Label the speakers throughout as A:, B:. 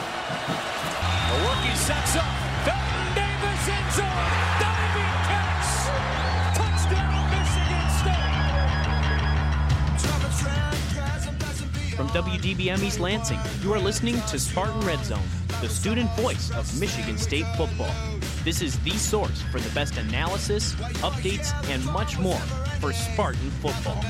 A: The rookie sets up. Felton Davis in zone. Diving catch. Touchdown, Michigan State.
B: From WDBM East Lansing, you are listening to Spartan Red Zone, the student voice of Michigan State football. This is the source for the best analysis, updates, and much more for Spartan football.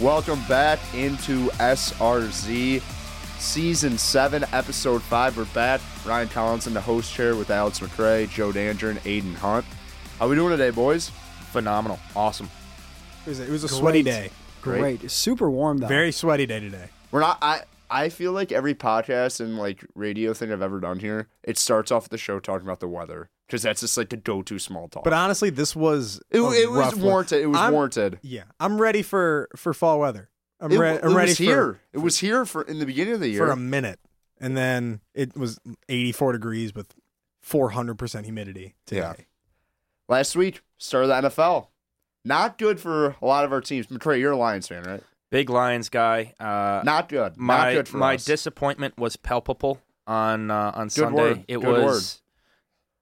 C: Welcome back into SRZ season seven, episode five. We're back. Ryan Collins in the host chair with Alex McRae, Joe Dandrin, Aiden Hunt. How we doing today, boys? Phenomenal. Awesome.
D: It was a, it was a sweaty
E: Great.
D: day.
C: Great.
E: Great. It's super warm though.
D: Very sweaty day today.
C: We're not I I feel like every podcast and like radio thing I've ever done here, it starts off the show talking about the weather. Because that's just like the go to small talk.
D: But honestly, this was
C: it,
D: a
C: it
D: rough
C: was
D: one.
C: warranted. It was
D: I'm-
C: warranted.
D: Yeah, I'm ready for for fall weather. I'm,
C: It,
D: re-
C: it
D: I'm ready
C: was
D: for,
C: here. it was here for in the beginning of the year.
D: for a minute, and then it was 84 degrees with 400 percent humidity today.
C: Yeah. Last week, start of the NFL. Not good for a lot of our teams. McCray, you're a Lions fan, right?
F: Big Lions guy. Uh,
C: Not good.
F: my
C: Not good for
F: my
C: us.
F: disappointment was palpable on uh, on Sunday.
C: word.
F: It
C: Good
F: was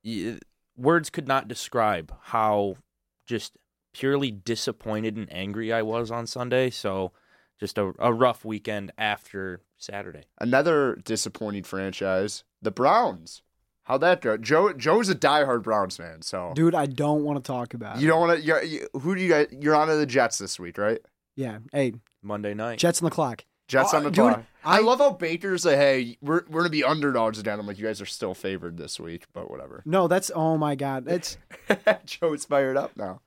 F: y- words could not describe how just purely disappointed and angry I was on Sunday. So just a, a rough weekend after Saturday.
C: Another disappointing franchise, the Browns. How'd that go? Joe Joe's a diehard Browns fan, so
E: Dude, I don't want to talk about
C: you
E: it.
C: don't want to. You're, you, who do you guys? You're on to the Jets this week, right?
E: Yeah. Hey,
F: Monday night.
E: Jets on the clock.
C: Jets
E: Oh,
C: on the
E: dude,
C: clock. I,
E: I-
C: love how Baker's like, hey, we're we're gonna be underdogs again. I'm like, you guys are still favored this week, but whatever.
E: No, that's oh my god. That's
C: Joe's fired up now.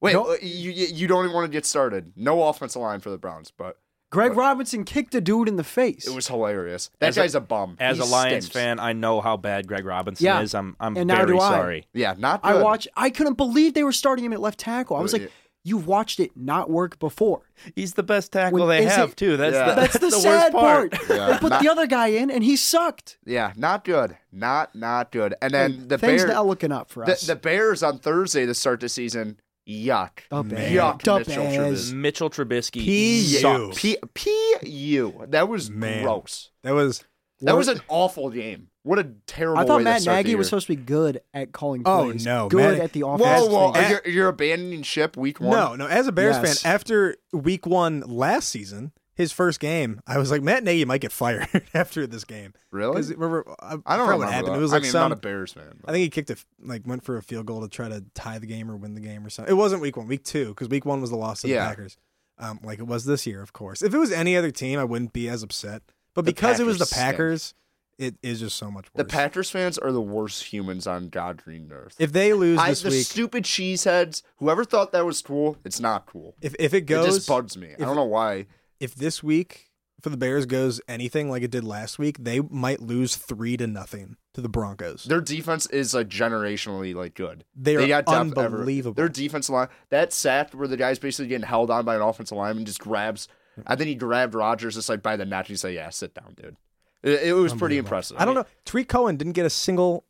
C: Wait,
E: No-
C: uh, you you you don't even want to get started. No offensive line for the Browns, but
E: Greg Robinson kicked a dude in the face.
C: it was hilarious. That
F: As a-
C: guy's a, bum.
F: As
C: He
F: a Lions
C: stinks.
F: fan, I know how bad Greg Robinson
E: Yeah.
F: is. I'm I'm
E: And now
F: very
E: do I.
F: sorry.
C: yeah, not.
E: I
C: good.
E: watch I couldn't believe they were starting him at left tackle. I was
C: Yeah.
E: like, you've watched it not work before.
F: He's the best tackle
E: When-
F: they
E: is
F: have
E: it-
F: too. That's
C: Yeah.
F: the,
E: That's, the,
F: worst
E: sad part.
C: Yeah,
E: they put
C: not-
E: the other guy in and he sucked.
C: Yeah, not good. Not not good. And then the
E: Things
C: Bears,
E: not looking up for
C: the,
E: us.
C: the Bears on Thursday to start the season. Yuck.
E: The Bears.
C: Yuck.
E: The
C: Mitchell
E: Bears.
C: Trubisky.
F: Mitchell Trubisky
D: P.U..
F: sucks.
C: P PU. That was
D: Man.
C: gross.
D: That was
C: That was an awful game. What a terrible.
E: I thought
C: way to
E: Matt
C: start
E: Nagy
C: the
E: was
C: year.
E: supposed to be good at calling
D: Oh,
E: plays.
D: no,
E: good
D: Matt-
E: at the
D: Whoa,
E: offense.
C: Whoa, whoa!
D: At-
C: You're, you're abandoning ship week one.
D: no, no. As a Bears
E: Yes.
D: fan, after Week One last season, his first game, I was like, Matt Nagy might get fired after this game.
C: Really?
D: 'Cause remember, uh, I,
C: I don't
D: forgot
C: remember
D: what happened.
C: That.
D: It was
C: I
D: like
C: mean,
D: some
C: I'm not a Bears fan.
D: I think he kicked a f- like went for a field goal to try to tie the game or win the game or something. It wasn't week one, week two, because week one was the loss to the
C: Yeah.
D: Packers, um, like it was this year, of course. If it was any other team, I wouldn't be as upset. But
C: The
D: because it was the
C: Packers stink.
D: Packers, it is just so much
C: The
D: worse.
C: Packers fans are the worst humans on God green earth.
D: if they lose
C: I,
D: this
C: the
D: week,
C: stupid cheeseheads. Whoever thought that was cool, it's not cool.
D: if if it goes,
C: it just bugs me. I
D: if-
C: don't know why.
D: if this week for the Bears goes anything like it did last week, they might lose three to nothing to the Broncos.
C: Their defense is like generationally like good.
D: They are
C: depth ever-
D: unbelievable.
C: Their defense line that sack where the guy's basically getting held on by an offensive lineman just grabs. I think he grabbed Rogers just like by the neck. He's like, "Yeah, sit down, dude." It, it was pretty impressive.
D: I don't know. Tariq Cohen didn't get a single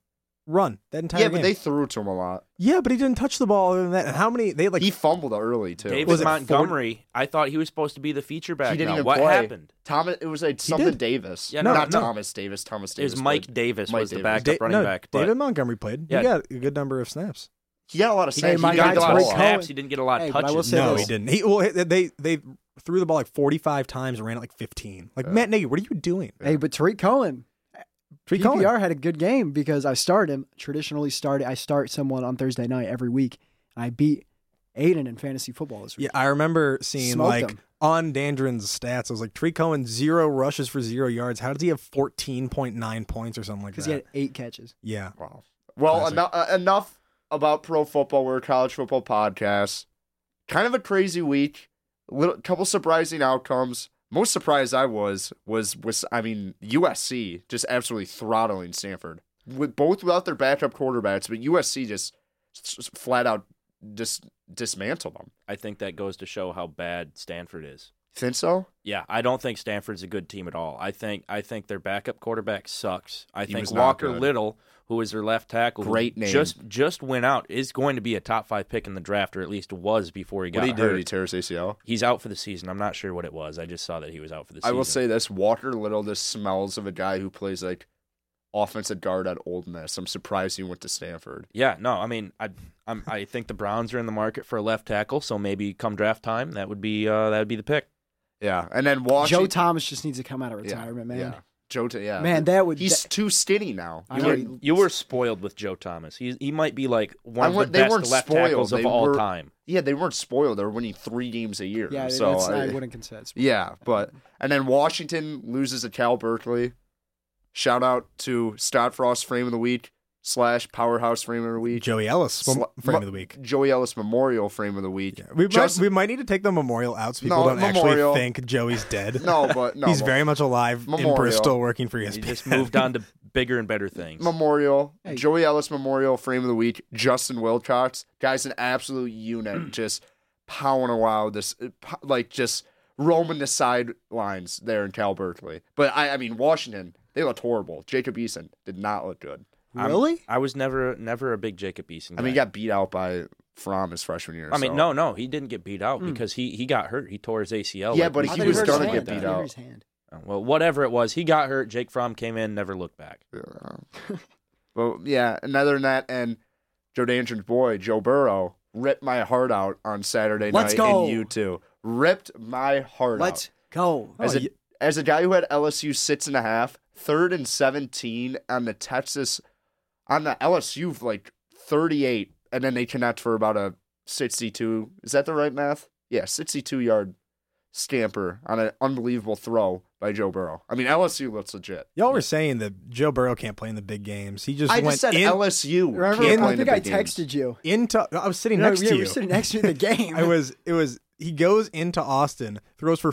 D: run that entire
C: Yeah,
D: game.
C: but they threw to him a lot.
D: yeah, but he didn't touch the ball other than that. And how many they had, like
C: he fumbled early too.
F: David
D: Was it
F: Montgomery, I thought he was supposed to be the feature back.
C: he didn't
F: now.
C: even
F: what
C: play.
F: happened?
C: Thomas, it was like something
D: did.
C: Davis.
F: Yeah,
D: no,
C: not
D: no.
C: Thomas Davis. Thomas
F: It was
C: Davis.
F: Mike
C: played.
F: Davis
C: Mike
F: was the
C: Davis.
F: backup
D: Da-
F: running
D: no,
F: back. but
D: David Montgomery played.
F: Yeah.
D: He got a good number of snaps.
C: He got a lot of
F: He,
C: sacks.
E: my
C: he got
E: guy
F: got a
C: the
F: lot of
E: Tariq
C: ball.
E: Cohen-
F: snaps. He didn't get a lot of
E: Hey, but I
F: touches.
E: will say
D: no,
E: this.
D: he didn't. He well, they they- they threw the ball like forty five times and ran it like fifteen. Like Matt Nagy, what are you doing?
E: Hey, but Tariq Cohen,
D: Tree
E: PPR
D: Cohen.
E: had a good game because I start him. Traditionally, started I start someone on Thursday night every week, and I beat Aiden in fantasy football this week.
D: Yeah, I remember seeing
E: Smoked
D: like
E: him.
D: on Dandrin's stats, I was like, Tree Cohen zero rushes for zero yards. How does he have fourteen point nine points or something like that?
E: because he had eight catches.
D: yeah,
C: Wow. Well,
D: Classic.
C: eno- uh, enough about pro football. We're a college football podcast. Kind of a crazy week. Little couple surprising outcomes. Most surprised I was was was I mean USC just absolutely throttling Stanford with both without their backup quarterbacks, but USC just s- s- flat out just dismantled them.
F: I think that goes to show how bad Stanford is.
C: Think so?
F: Yeah, I don't think Stanford's a good team at all. I think I think their backup quarterback sucks. I think
C: was not
F: Walker
C: good.
F: Little, who is their left tackle, who
C: Great name.
F: just just went out, is going to be a top five pick in the draft, or at least was before he got
C: What did he do?
F: hurt.
C: Did he tear his ACL?
F: He's out for the season. I'm not sure what it was. I just saw that he was out for the season.
C: I will say this: Walker Little just smells of a guy who plays like offensive guard at Old Miss. I'm surprised he went to Stanford.
F: yeah, no, I mean, I I'm, I think the Browns are in the market for a left tackle, so maybe come draft time, that would be uh, that would be the pick.
C: Yeah, and then Washington.
E: Joe Thomas just needs to come out of
C: Yeah,
E: retirement,
C: Yeah.
E: man.
C: Joe, Ta- yeah.
E: Man, that would
C: He's too skinny now.
E: I
F: You
E: know,
F: were,
E: he-
F: you were spoiled with Joe Thomas. He he might be like one of
C: I wa-
F: the
C: they weren't
F: best left tackles
C: spoiled.
F: of
C: They
F: all
C: were-
F: time.
C: Yeah, they weren't spoiled. They were winning three games a year.
E: yeah,
C: so
E: that's, I,
C: I-
E: wouldn't consider. It's
C: yeah, but and then Washington loses to Cal Berkeley. Shout out to Scott Frost Frame of the Week slash Powerhouse Frame of the Week.
D: Joey Ellis
C: Sla-
D: frame
C: Mo-
D: of the week.
C: Joey Ellis Memorial Frame of the Week.
D: Yeah. We,
C: Just-
D: might, we might need to take the memorial out so people
C: No,
D: don't
C: memorial.
D: actually think Joey's dead.
C: no, but no.
D: he's
C: Mem-
D: very much alive
C: Memorial.
D: in Bristol working for E
F: He
D: ESPN.
F: just moved on to bigger and better things.
C: Memorial,
E: Hey.
C: Joey Ellis Memorial Frame of the Week, Justin Wilcox. Guy's an absolute unit, just powering around this, uh, like just roaming the sidelines there in Cal Berkeley. But I, I mean, Washington, they looked horrible. Jacob Eason did not look good.
F: I'm-
E: Really?
F: I was never never a big Jacob Eason.
C: I mean, he
F: guy.
C: got beat out by Fromm his freshman year.
F: I mean,
C: so- Hmm.
F: no, no, he didn't get beat out because he he got hurt. He tore his ACL.
C: Yeah,
F: like
C: but
F: we
C: he
E: I
F: said.
E: thought
C: was
E: hurt his
C: gonna
E: hand.
C: get
E: I
C: beat
E: thought he hurt
C: out.
E: his hand.
F: Well, whatever it was, he got hurt. Jake Fromm came in, never looked back.
C: Yeah. But yeah, and other than that, and Joe Dandren's boy, Joe Burrow, ripped my heart out on Saturday
E: Let's
C: night.
E: go.
C: And you too. Ripped my heart out.
E: Let's go.
C: As
D: Oh,
C: a,
D: ye-
C: as a guy who had LSU six and a half, third and seventeen on the Texas, on the LSU like thirty eight, and then they connect for about a sixty two. Is that the right math? Yeah, sixty two yard scamper on an unbelievable throw by Joe Burrow. I mean LSU looks legit.
D: Y'all were saying that Joe Burrow can't play in the big games. He just
C: I
D: went
C: just said
D: in,
C: LSU.
E: Remember,
C: can't play
E: I
C: in the
E: think I
C: big games.
E: texted you.
D: into. I was sitting
E: No,
D: next
E: yeah,
D: to
E: we
D: you.
E: were sitting next to you in the game.
D: I was. It was. He goes into Austin, throws for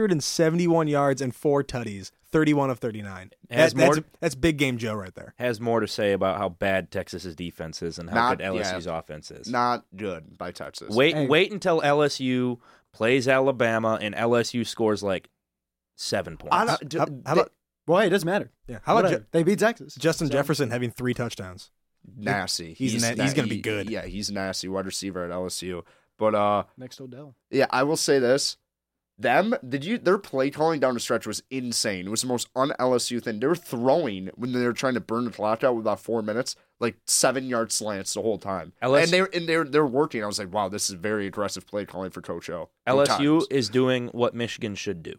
D: 471 yards and four tutties, 31 of 39.
F: Has
D: That- that's,
F: more-
D: that's big game Joe right there.
F: Has more to say about how bad Texas's defense is and how
C: Not
F: good LSU's offense is.
C: Not good by Texas.
F: Wait,
E: Hey.
F: wait until LSU plays Alabama and LSU scores like seven points.
C: I don't,
D: How,
C: dude,
D: how about
E: Boy, it doesn't matter.
D: yeah? How about
E: Whatever.
D: Ju-
E: they beat Texas?
D: Justin
E: So-
D: Jefferson having three touchdowns?
C: nasty.
D: He's na- he's gonna be good.
C: Yeah, he's nasty wide receiver at LSU. But uh,
E: next to Odell.
C: Yeah, I will say this. Them, did you their play calling down the stretch was insane. It was the most un LSU thing. They were throwing when they were trying to burn the clock out with about four minutes, like seven yard slants the whole time.
F: LSU
C: and they and they're they're working. I was like, wow, this is very aggressive play calling for Coach O. Both
F: LSU
C: times.
F: is doing what Michigan should do.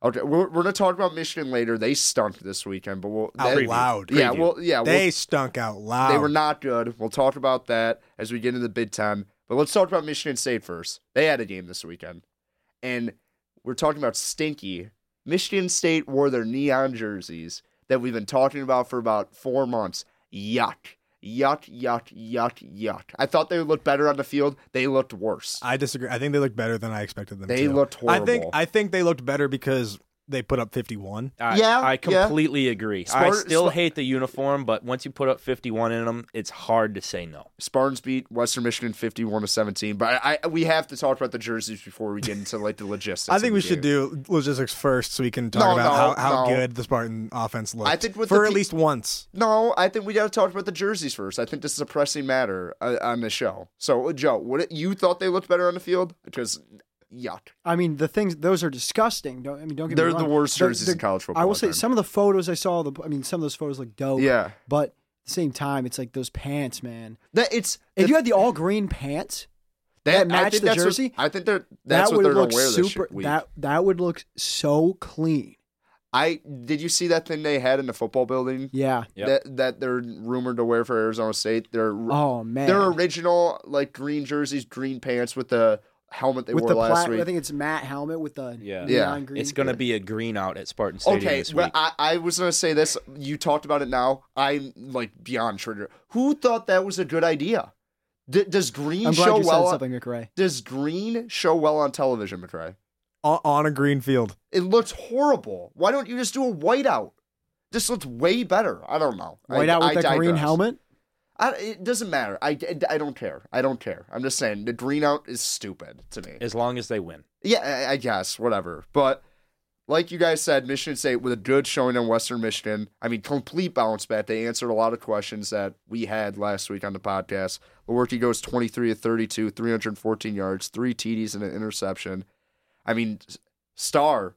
C: Okay, we're, we're gonna talk about Michigan later. They stunk this weekend, but we'll
D: Out
C: they-
D: loud.
C: Yeah,
D: Preview.
C: well, yeah,
D: they
C: we'll-
D: stunk out loud.
C: they were not good. We'll talk about that as we get into the Big Ten. But let's talk about Michigan State first. They had a game this weekend, and we're talking about stinky. Michigan State wore their neon jerseys that we've been talking about for about four months. Yuck. Yuck, yuck, yuck, yuck. I thought they would look better on the field. They looked worse.
D: I disagree. I think they looked better than I expected them.
C: They
D: to.
C: looked
D: I think
C: horrible.
D: I think they looked better because they put up 51.
F: I,
C: Yeah,
F: I
C: yeah.
F: completely agree. I
C: Smart-
F: still
C: smart-
F: hate the uniform, but once you put up 51 in them, it's hard to say no.
C: Spartans beat Western Michigan 51 to 17. But I, I we have to talk about the jerseys before we get into like the logistics.
D: I
C: of
D: think
C: the
D: we
C: game.
D: should do logistics first, so we can talk
C: No,
D: about
C: no,
D: how, how
C: no.
D: good the Spartan offense looked.
C: I think with
D: for
C: the
D: at
C: pe-
D: least once.
C: No, I think we got to talk about the jerseys first. I think this is a pressing matter uh, on the show. So, uh, Joe, what it, you thought they looked better on the field? Because yuck,
E: I mean, the things those are disgusting. Don't I mean? Don't get
C: They're
E: me
C: the
E: wrong.
C: worst jerseys in college football
E: I will
C: of
E: say
C: all time.
E: some of the photos I saw. The I mean, some of those photos look dope.
C: Yeah.
E: but at the same time, it's like those pants, man.
C: that it's
E: If
C: that-
E: you had the all green pants,
C: that,
E: matched
C: I think
E: the
C: that's what-
E: jersey,
C: I think they're that's
E: that
C: what
E: would
C: they're
E: look
C: gonna wear
E: super.
C: this week.
E: that that would look so clean.
C: I did you see that thing they had in the football building
E: Yeah.
F: Yep.
C: that that they're rumored to wear for Arizona State? Their
E: Oh man.
C: their original like green jerseys, green pants with the helmet they
E: with
C: wore
E: the
C: last
E: plat-
C: week.
E: I think it's matte helmet with the
F: Yeah.
E: neon green.
F: It's gonna be a green out at Spartan Stadium
C: Okay,
F: this
C: well,
F: week.
C: I, I was gonna say this. You talked about it now. I'm like beyond trigger. Who thought that was a good idea? D- does green
E: I'm glad
C: show
E: you
C: well?
E: said
C: on-
E: something, McRae.
C: does green show well on television, McRae?
D: on, on a green field.
C: It looks horrible. Why don't you just do a whiteout? This looks way better. I don't know. I-
E: White out
C: I
E: with that green
C: digress.
E: helmet.
C: I, it doesn't matter. I, I don't care. I don't care. I'm just saying the green out is stupid to me.
F: as long as they win.
C: Yeah, I, I guess whatever. But like you guys said, Michigan State with a good showing on Western Michigan. I mean, complete bounce back. They answered a lot of questions that we had last week on the podcast. Lewerke goes 23 to 32, 314 yards, three TDs and an interception. I mean, s- star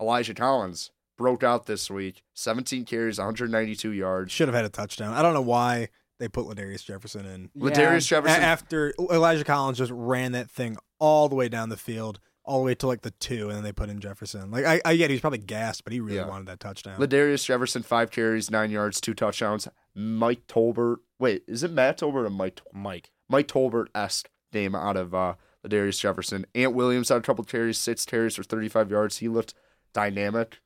C: Elijah Collins broke out this week. 17 carries, 192 yards.
D: Should have had a touchdown. I don't know why they put Ladarius Jefferson in
E: Yeah.
C: Ladarius
D: A-
C: Jefferson
D: after Elijah Collins just ran that thing all the way down the field, all the way to like the two, and then they put in Jefferson. Like I, I get he was probably gassed, but he really
C: Yeah.
D: wanted that touchdown.
C: Ladarius Jefferson, five carries, nine yards, two touchdowns. Mike Tolbert. Wait, is it Matt Tolbert or Mike? Tol-
F: Mike.
C: Mike Tolbert esque name out of uh, Ladarius Jefferson. Ant Williams had a couple carries, six carries for 35 yards. He looked dynamic.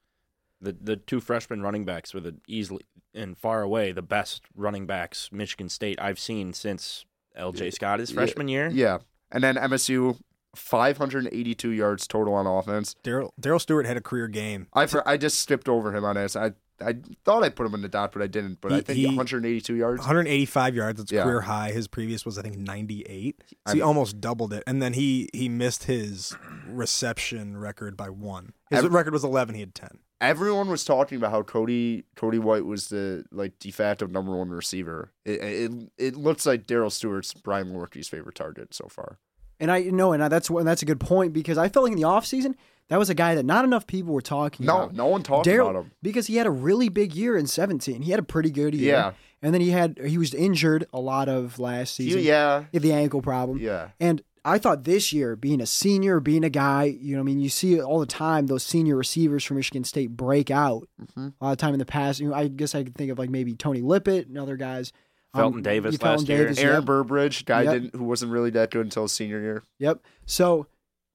F: The the two freshman running backs were the easily and far away the best running backs Michigan State I've seen since LJ Scott his
C: Yeah.
F: freshman year.
C: Yeah. And then MSU, 582 yards total on offense.
D: Daryl Daryl Stewart had a career game.
C: I for, I just skipped over him on this. I I thought I put him in the dot, but I didn't. But I
D: He-
C: think
D: he-
C: 182 yards.
D: 185 yards. That's
C: Yeah.
D: career high. His previous was I think 98. So
C: I
D: he
C: mean-
D: almost doubled it, and then he he missed his reception record by one. His
C: Ev-
D: record was 11. He had 10.
C: Everyone was talking about how Cody Cody White was the like de facto number one receiver. It it, it looks like Daryl Stewart's Brian Lorke's favorite target so far.
E: And I no, and I, that's one- that's a good point because I felt like in the offseason, that was a guy that not enough people were talking
C: No,
E: about.
C: no one talked
E: Daryl-
C: about him.
E: because he had a really big year in 17. He had a pretty good year.
C: Yeah.
E: And then he had he was injured a lot of last
C: He-
E: season.
C: yeah,
E: He had the ankle problem.
C: yeah.
E: And I thought this year, being a senior, being a guy, you know, I mean, you see it all the time those senior receivers from Michigan State break out.
C: Mhm.
E: A lot of time in the past, you know, I guess I could think of like maybe Tony Lippett and other guys. Um,
F: Felton Davis
E: Felton
F: last year.
E: Davis,
C: Aaron
E: yep.
C: Burbridge, guy
E: Yep.
C: didn't who wasn't really that good until his senior year.
E: Yep. So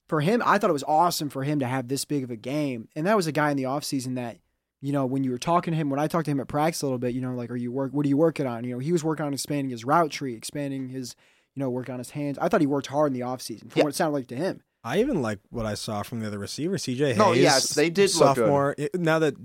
E: for him, I thought it was awesome for him to have this big of a game. And that was a guy in the offseason that, you know, when you were talking to him, when I talked to him at practice a little bit, you know, like, are you work, what are you working on? You know, he was working on expanding his route tree, expanding his, you know, work on his hands. I thought he worked hard in the offseason from
C: Yeah.
E: what it sounded like to him.
D: I even like what I saw from the other receiver, CJ Hayes.
C: No, yes, they did look good.
D: sophomore. it- Now that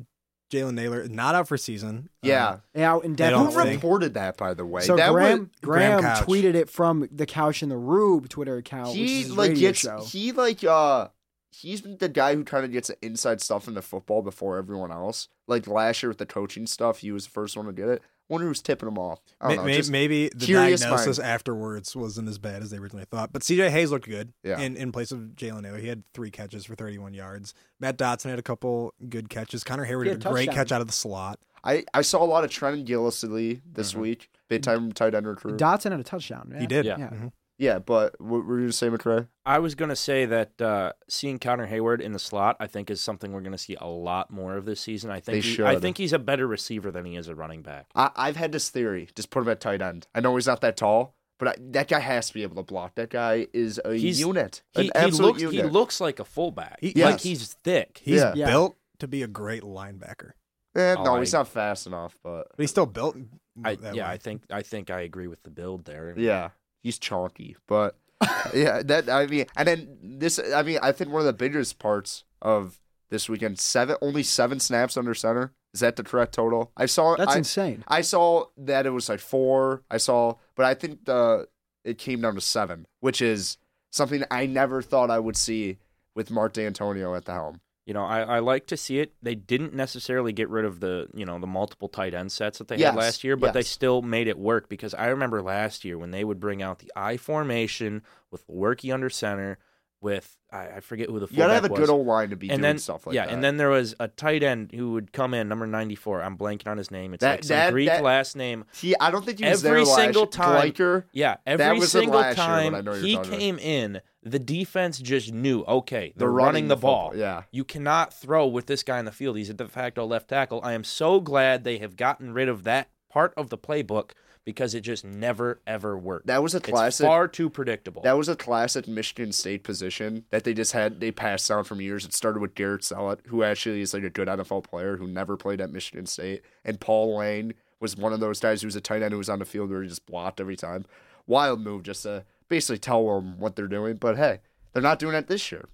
D: Jalen Naylor is not out for season,
C: Yeah.
D: uh,
E: Out in
D: They
E: Devon.
D: don't
C: Who reported that, by the way?
E: So
C: that
E: Graham, Graham,
D: Graham Couch.
E: tweeted it from the Couch in the Rube Twitter account.
C: was,
E: which is
C: he
E: his
C: like
E: radio
C: gets
E: show.
C: he like uh he's the guy who kind of gets the inside stuff into football before everyone else. Like last year with the coaching stuff, he was the first one to get it. wonder who's tipping him off. I
D: may-
C: don't know.
D: may-
C: just-
D: maybe the
C: curious
D: diagnosis afterwards wasn't as bad as they originally thought. But CJ Hayes looked good
C: Yeah.
D: in, in place of Jalen Naylor. He had three catches for 31 yards. Matt Dotson had a couple good catches. Connor Hayward
E: He
D: had
E: had
D: a
E: a
D: great
E: touchdown.
D: catch out of the slot.
C: I I saw a lot of Trenton Gillisley this
D: Uh-huh.
C: week, big time tight end recruit.
E: Dotson had a touchdown.
D: He
E: yeah.
D: did.
F: Yeah.
E: Yeah.
D: Mhm.
C: yeah, but what were you gonna say, McRae?
F: I was gonna say that uh, seeing Connor Hayward in the slot, I think, is something we're gonna see a lot more of this season. I
C: They
F: think he,
C: should.
F: I think he's a better receiver than he is a running back.
C: I, I've had this theory. Just put him at tight end. I know he's not that tall, but I, that guy has to be able to block. That guy is a
F: He's-
C: unit,
F: He,
C: an
F: he
C: absolute
F: looks
C: unit.
F: he looks like a fullback.
D: He-
F: Like
C: yes.
F: he's thick.
D: He's
C: Yeah.
E: Yeah.
D: built to be a great linebacker,
C: Eh,
F: Oh,
C: no,
F: I-
C: he's not fast enough, but
D: but he's still built.
F: I,
D: that
F: yeah,
D: way.
F: I think I think I agree with the build there.
C: yeah, he's chonky. But yeah, that I mean, and then this, I mean, I think one of the biggest parts of this weekend, seven only seven snaps under center. Is that the correct total? I saw.
E: That's
C: I,
E: insane.
C: I saw that it was like four. I saw, but I think the it came down to seven, which is something I never thought I would see with Mark D'Antonio at the helm.
F: You know, I, I like to see it. They didn't necessarily get rid of the you know the multiple tight end sets that they
C: Yes,
F: had last year, but they
C: yes.
F: still made it work because I remember last year when they would bring out the I formation with Werke under center, with I, I forget who the
C: You gotta
F: fullback
C: have a
F: was.
C: good old line to be doing
F: and then
C: stuff like
F: yeah,
C: that.
F: and then there was a tight end who would come in, number ninety four. I'm blanking on his name. It's
C: That-
F: like some
C: that-
F: Greek
C: that-
F: last name.
C: he, I don't think he was
F: every
C: there last
F: single
C: year.
F: time-
C: Gleicher,
F: Yeah, every
C: was in
F: single
C: last year, but I
F: time
C: know you're
F: he
C: talking about.
F: came in, the defense just knew, okay, they're,
C: They're running
F: running, the
C: the
F: ball.
C: football, yeah.
F: You cannot throw with this guy in the field. He's a de facto left tackle. I am so glad they have gotten rid of that part of the playbook because it just never ever worked.
C: That was a
F: It's
C: classic-
F: far too predictable.
C: That was a classic Michigan State position that they just had. They passed down from years. It started with Garrett Sellett, who actually is like a good NFL player who never played at Michigan State, and Paul Lane was one of those guys who was a tight end who was on the field where he just blocked every time. Wild move, just to basically tell them what they're doing. But hey, they're not doing it this year.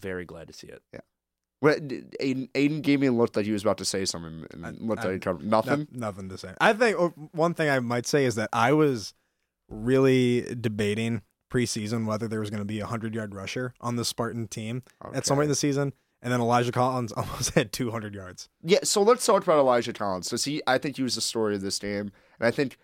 F: Very glad to see it.
C: What Aiden, Aiden gave me a look that he was about to say something, and looked like he covered nothing.
D: No- nothing to say. I think oh, one thing I might say is that I was really debating preseason whether there was going to be a hundred yard rusher on the Spartan team at some
C: Okay.
D: point in the season, and then Elijah Collins almost had two hundred yards.
C: Yeah, so let's talk about Elijah Collins because he, I think he was the story of this game, and I think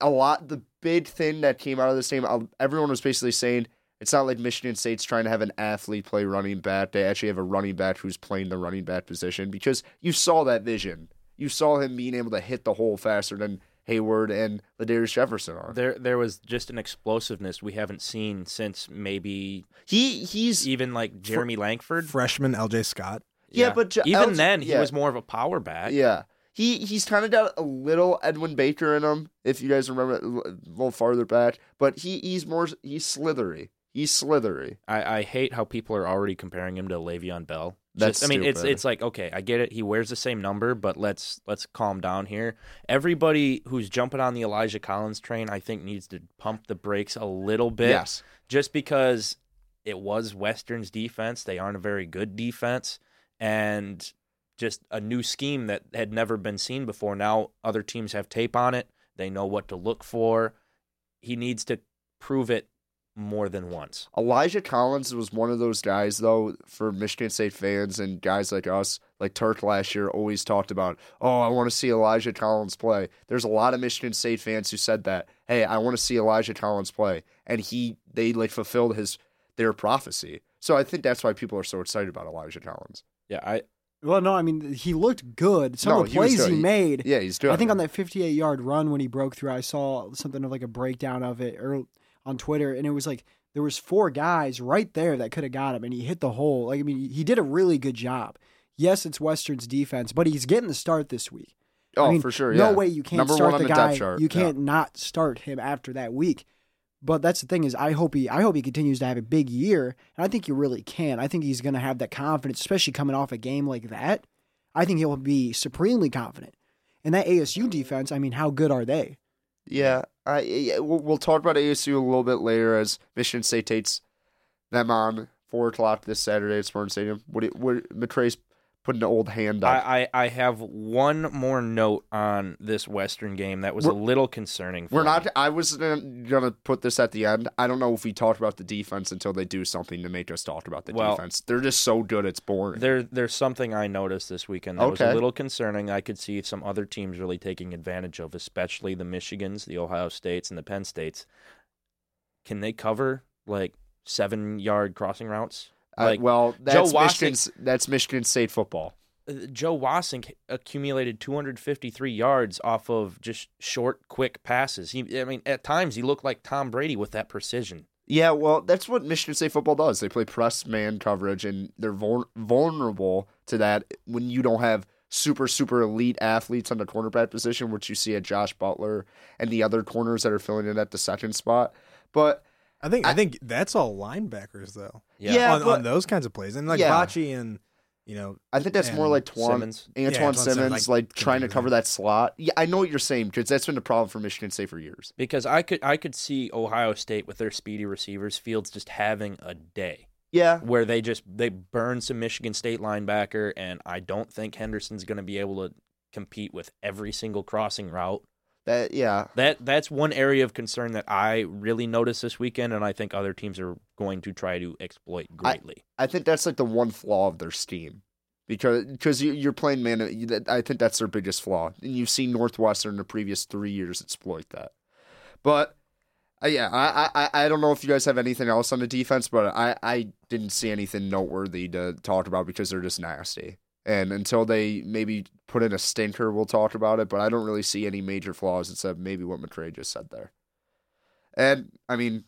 C: a lot the big thing that came out of this game, uh, everyone was basically saying it's not like Michigan State's trying to have an athlete play running back; they actually have a running back who's playing the running back position because you saw that vision, you saw him being able to hit the hole faster than Hayward and Ladarius Jefferson are.
F: There there was just an explosiveness we haven't seen since maybe
C: He he's yeah,
F: even like Jeremy Langford.
D: Freshman L.J. Scott.
C: but J-
F: even
C: Elge-
F: then he
C: yeah.
F: was more of a power back.
C: Yeah. He he's kind of got a little Edwin Baker in him, if you guys remember a l- a little farther back. But he he's more he's slithery. He's slithery.
F: I, I hate how people are already comparing him to Le'Veon Bell.
C: That's
F: Just- I mean, it's
C: stupid.
F: it's like okay, I get it. He wears the same number, but let's let's calm down here. Everybody who's jumping on the Elijah Collins train, I think, needs to pump the brakes a little bit.
C: Yes.
F: just because it was Western's defense, they aren't a very good defense, and just a new scheme that had never been seen before. Now other teams have tape on it; they know what to look for. He needs to prove it more than once.
C: Elijah Collins was one of those guys though for Michigan State fans and guys like us, like Turk last year always talked about, "Oh, I want to see Elijah Collins play." There's a lot of Michigan State fans who said that, "Hey, I want to see Elijah Collins play." And he they like fulfilled his their prophecy. So I think that's why people are so excited about Elijah Collins.
F: Yeah, I
E: Well, no, I mean he looked good. Some
C: No,
E: of the
C: he was
E: plays
C: good.
E: he
C: He-
E: made.
C: Yeah, he's doing
E: I think on that 58 yard run when he broke through, I saw something of like a breakdown of it or on Twitter, and it was like there was four guys right there that could have got him, and he hit the hole. Like I mean, he did a really good job. Yes, it's Western's defense, but he's getting the start this week. I
C: Oh,
E: mean,
C: for sure.
E: No
C: yeah.
E: way you can't
C: Number
E: start
C: one on
E: the
C: depth
E: guy.
C: chart,
E: You
C: yeah.
E: can't not start him after that week. But that's the thing is, I hope he, I hope he continues to have a big year, and I think he really can. I think he's going to have that confidence, especially coming off a game like that. I think he'll be supremely confident. And that ASU defense, I mean, how good are they?
C: Yeah, I, yeah, we'll, we'll talk about ASU a little bit later as Michigan State takes them on four o'clock this Saturday at Spartan Stadium. What do you- what McCray's putting an old hand up?
F: I, I I have one more note on this Western game that was a
C: We're-
F: little concerning. For
C: We're
F: me.
C: not. I was gonna gonna put this at the end. I don't know if we talk about the defense until they do something to make us talk about the
F: Well-
C: defense. They're just so good, it's boring.
F: There, there's something I noticed this weekend that was
C: Okay.
F: a little concerning. I could see some other teams really taking advantage of, especially the Michigans, the Ohio States, and the Penn States. Can they cover like seven yard crossing routes?
C: Uh,
F: Like
C: well, that's Michigan.
F: Wasik-
C: That's Michigan State football.
F: uh, Joe Wasink accumulated 253 yards off of just short, quick passes. He, I mean, at times he looked like Tom Brady with that precision.
C: Yeah, well, that's what Michigan State football does. They play press man coverage, and they're vul- vulnerable to that when you don't have super, super elite athletes on the cornerback position, which you see at Josh Butler and the other corners that are filling in at the second spot. But
D: I think I,
C: I-
D: think that's all linebackers though.
F: Yeah.
C: Yeah,
D: on,
C: but-
D: on those kinds of plays, and like
C: Yeah.
D: Bocce and you know
C: I think that's more
D: And
C: like Twan,
F: Simmons.
C: Antoine,
D: Yeah, Antoine
C: Simmons,
D: Simmons,
C: like,
D: like,
C: trying to
D: completely.
C: cover that slot. Yeah, I know what you're saying because that's been the problem for Michigan State for years.
F: Because I could, I could see Ohio State with their speedy receivers, Fields just having a day.
C: Yeah,
F: where they just they burn some Michigan State linebacker, and I don't think Henderson's going to be able to compete with every single crossing route.
C: that yeah.
F: That that's one area of concern that I really noticed this weekend, and I think other teams are going to try to exploit greatly.
C: I think that's like the one flaw of their scheme because because you, you're playing man. you- that- I think that's their biggest flaw, and you've seen Northwestern the previous three years exploit that. But Uh, yeah, I, I- I I don't know if you guys have anything else on the defense, but I, I didn't see anything noteworthy to talk about because they're just nasty. And until they maybe put in a stinker, we'll talk about it. But I don't really see any major flaws except maybe what McRae just said there. And I mean,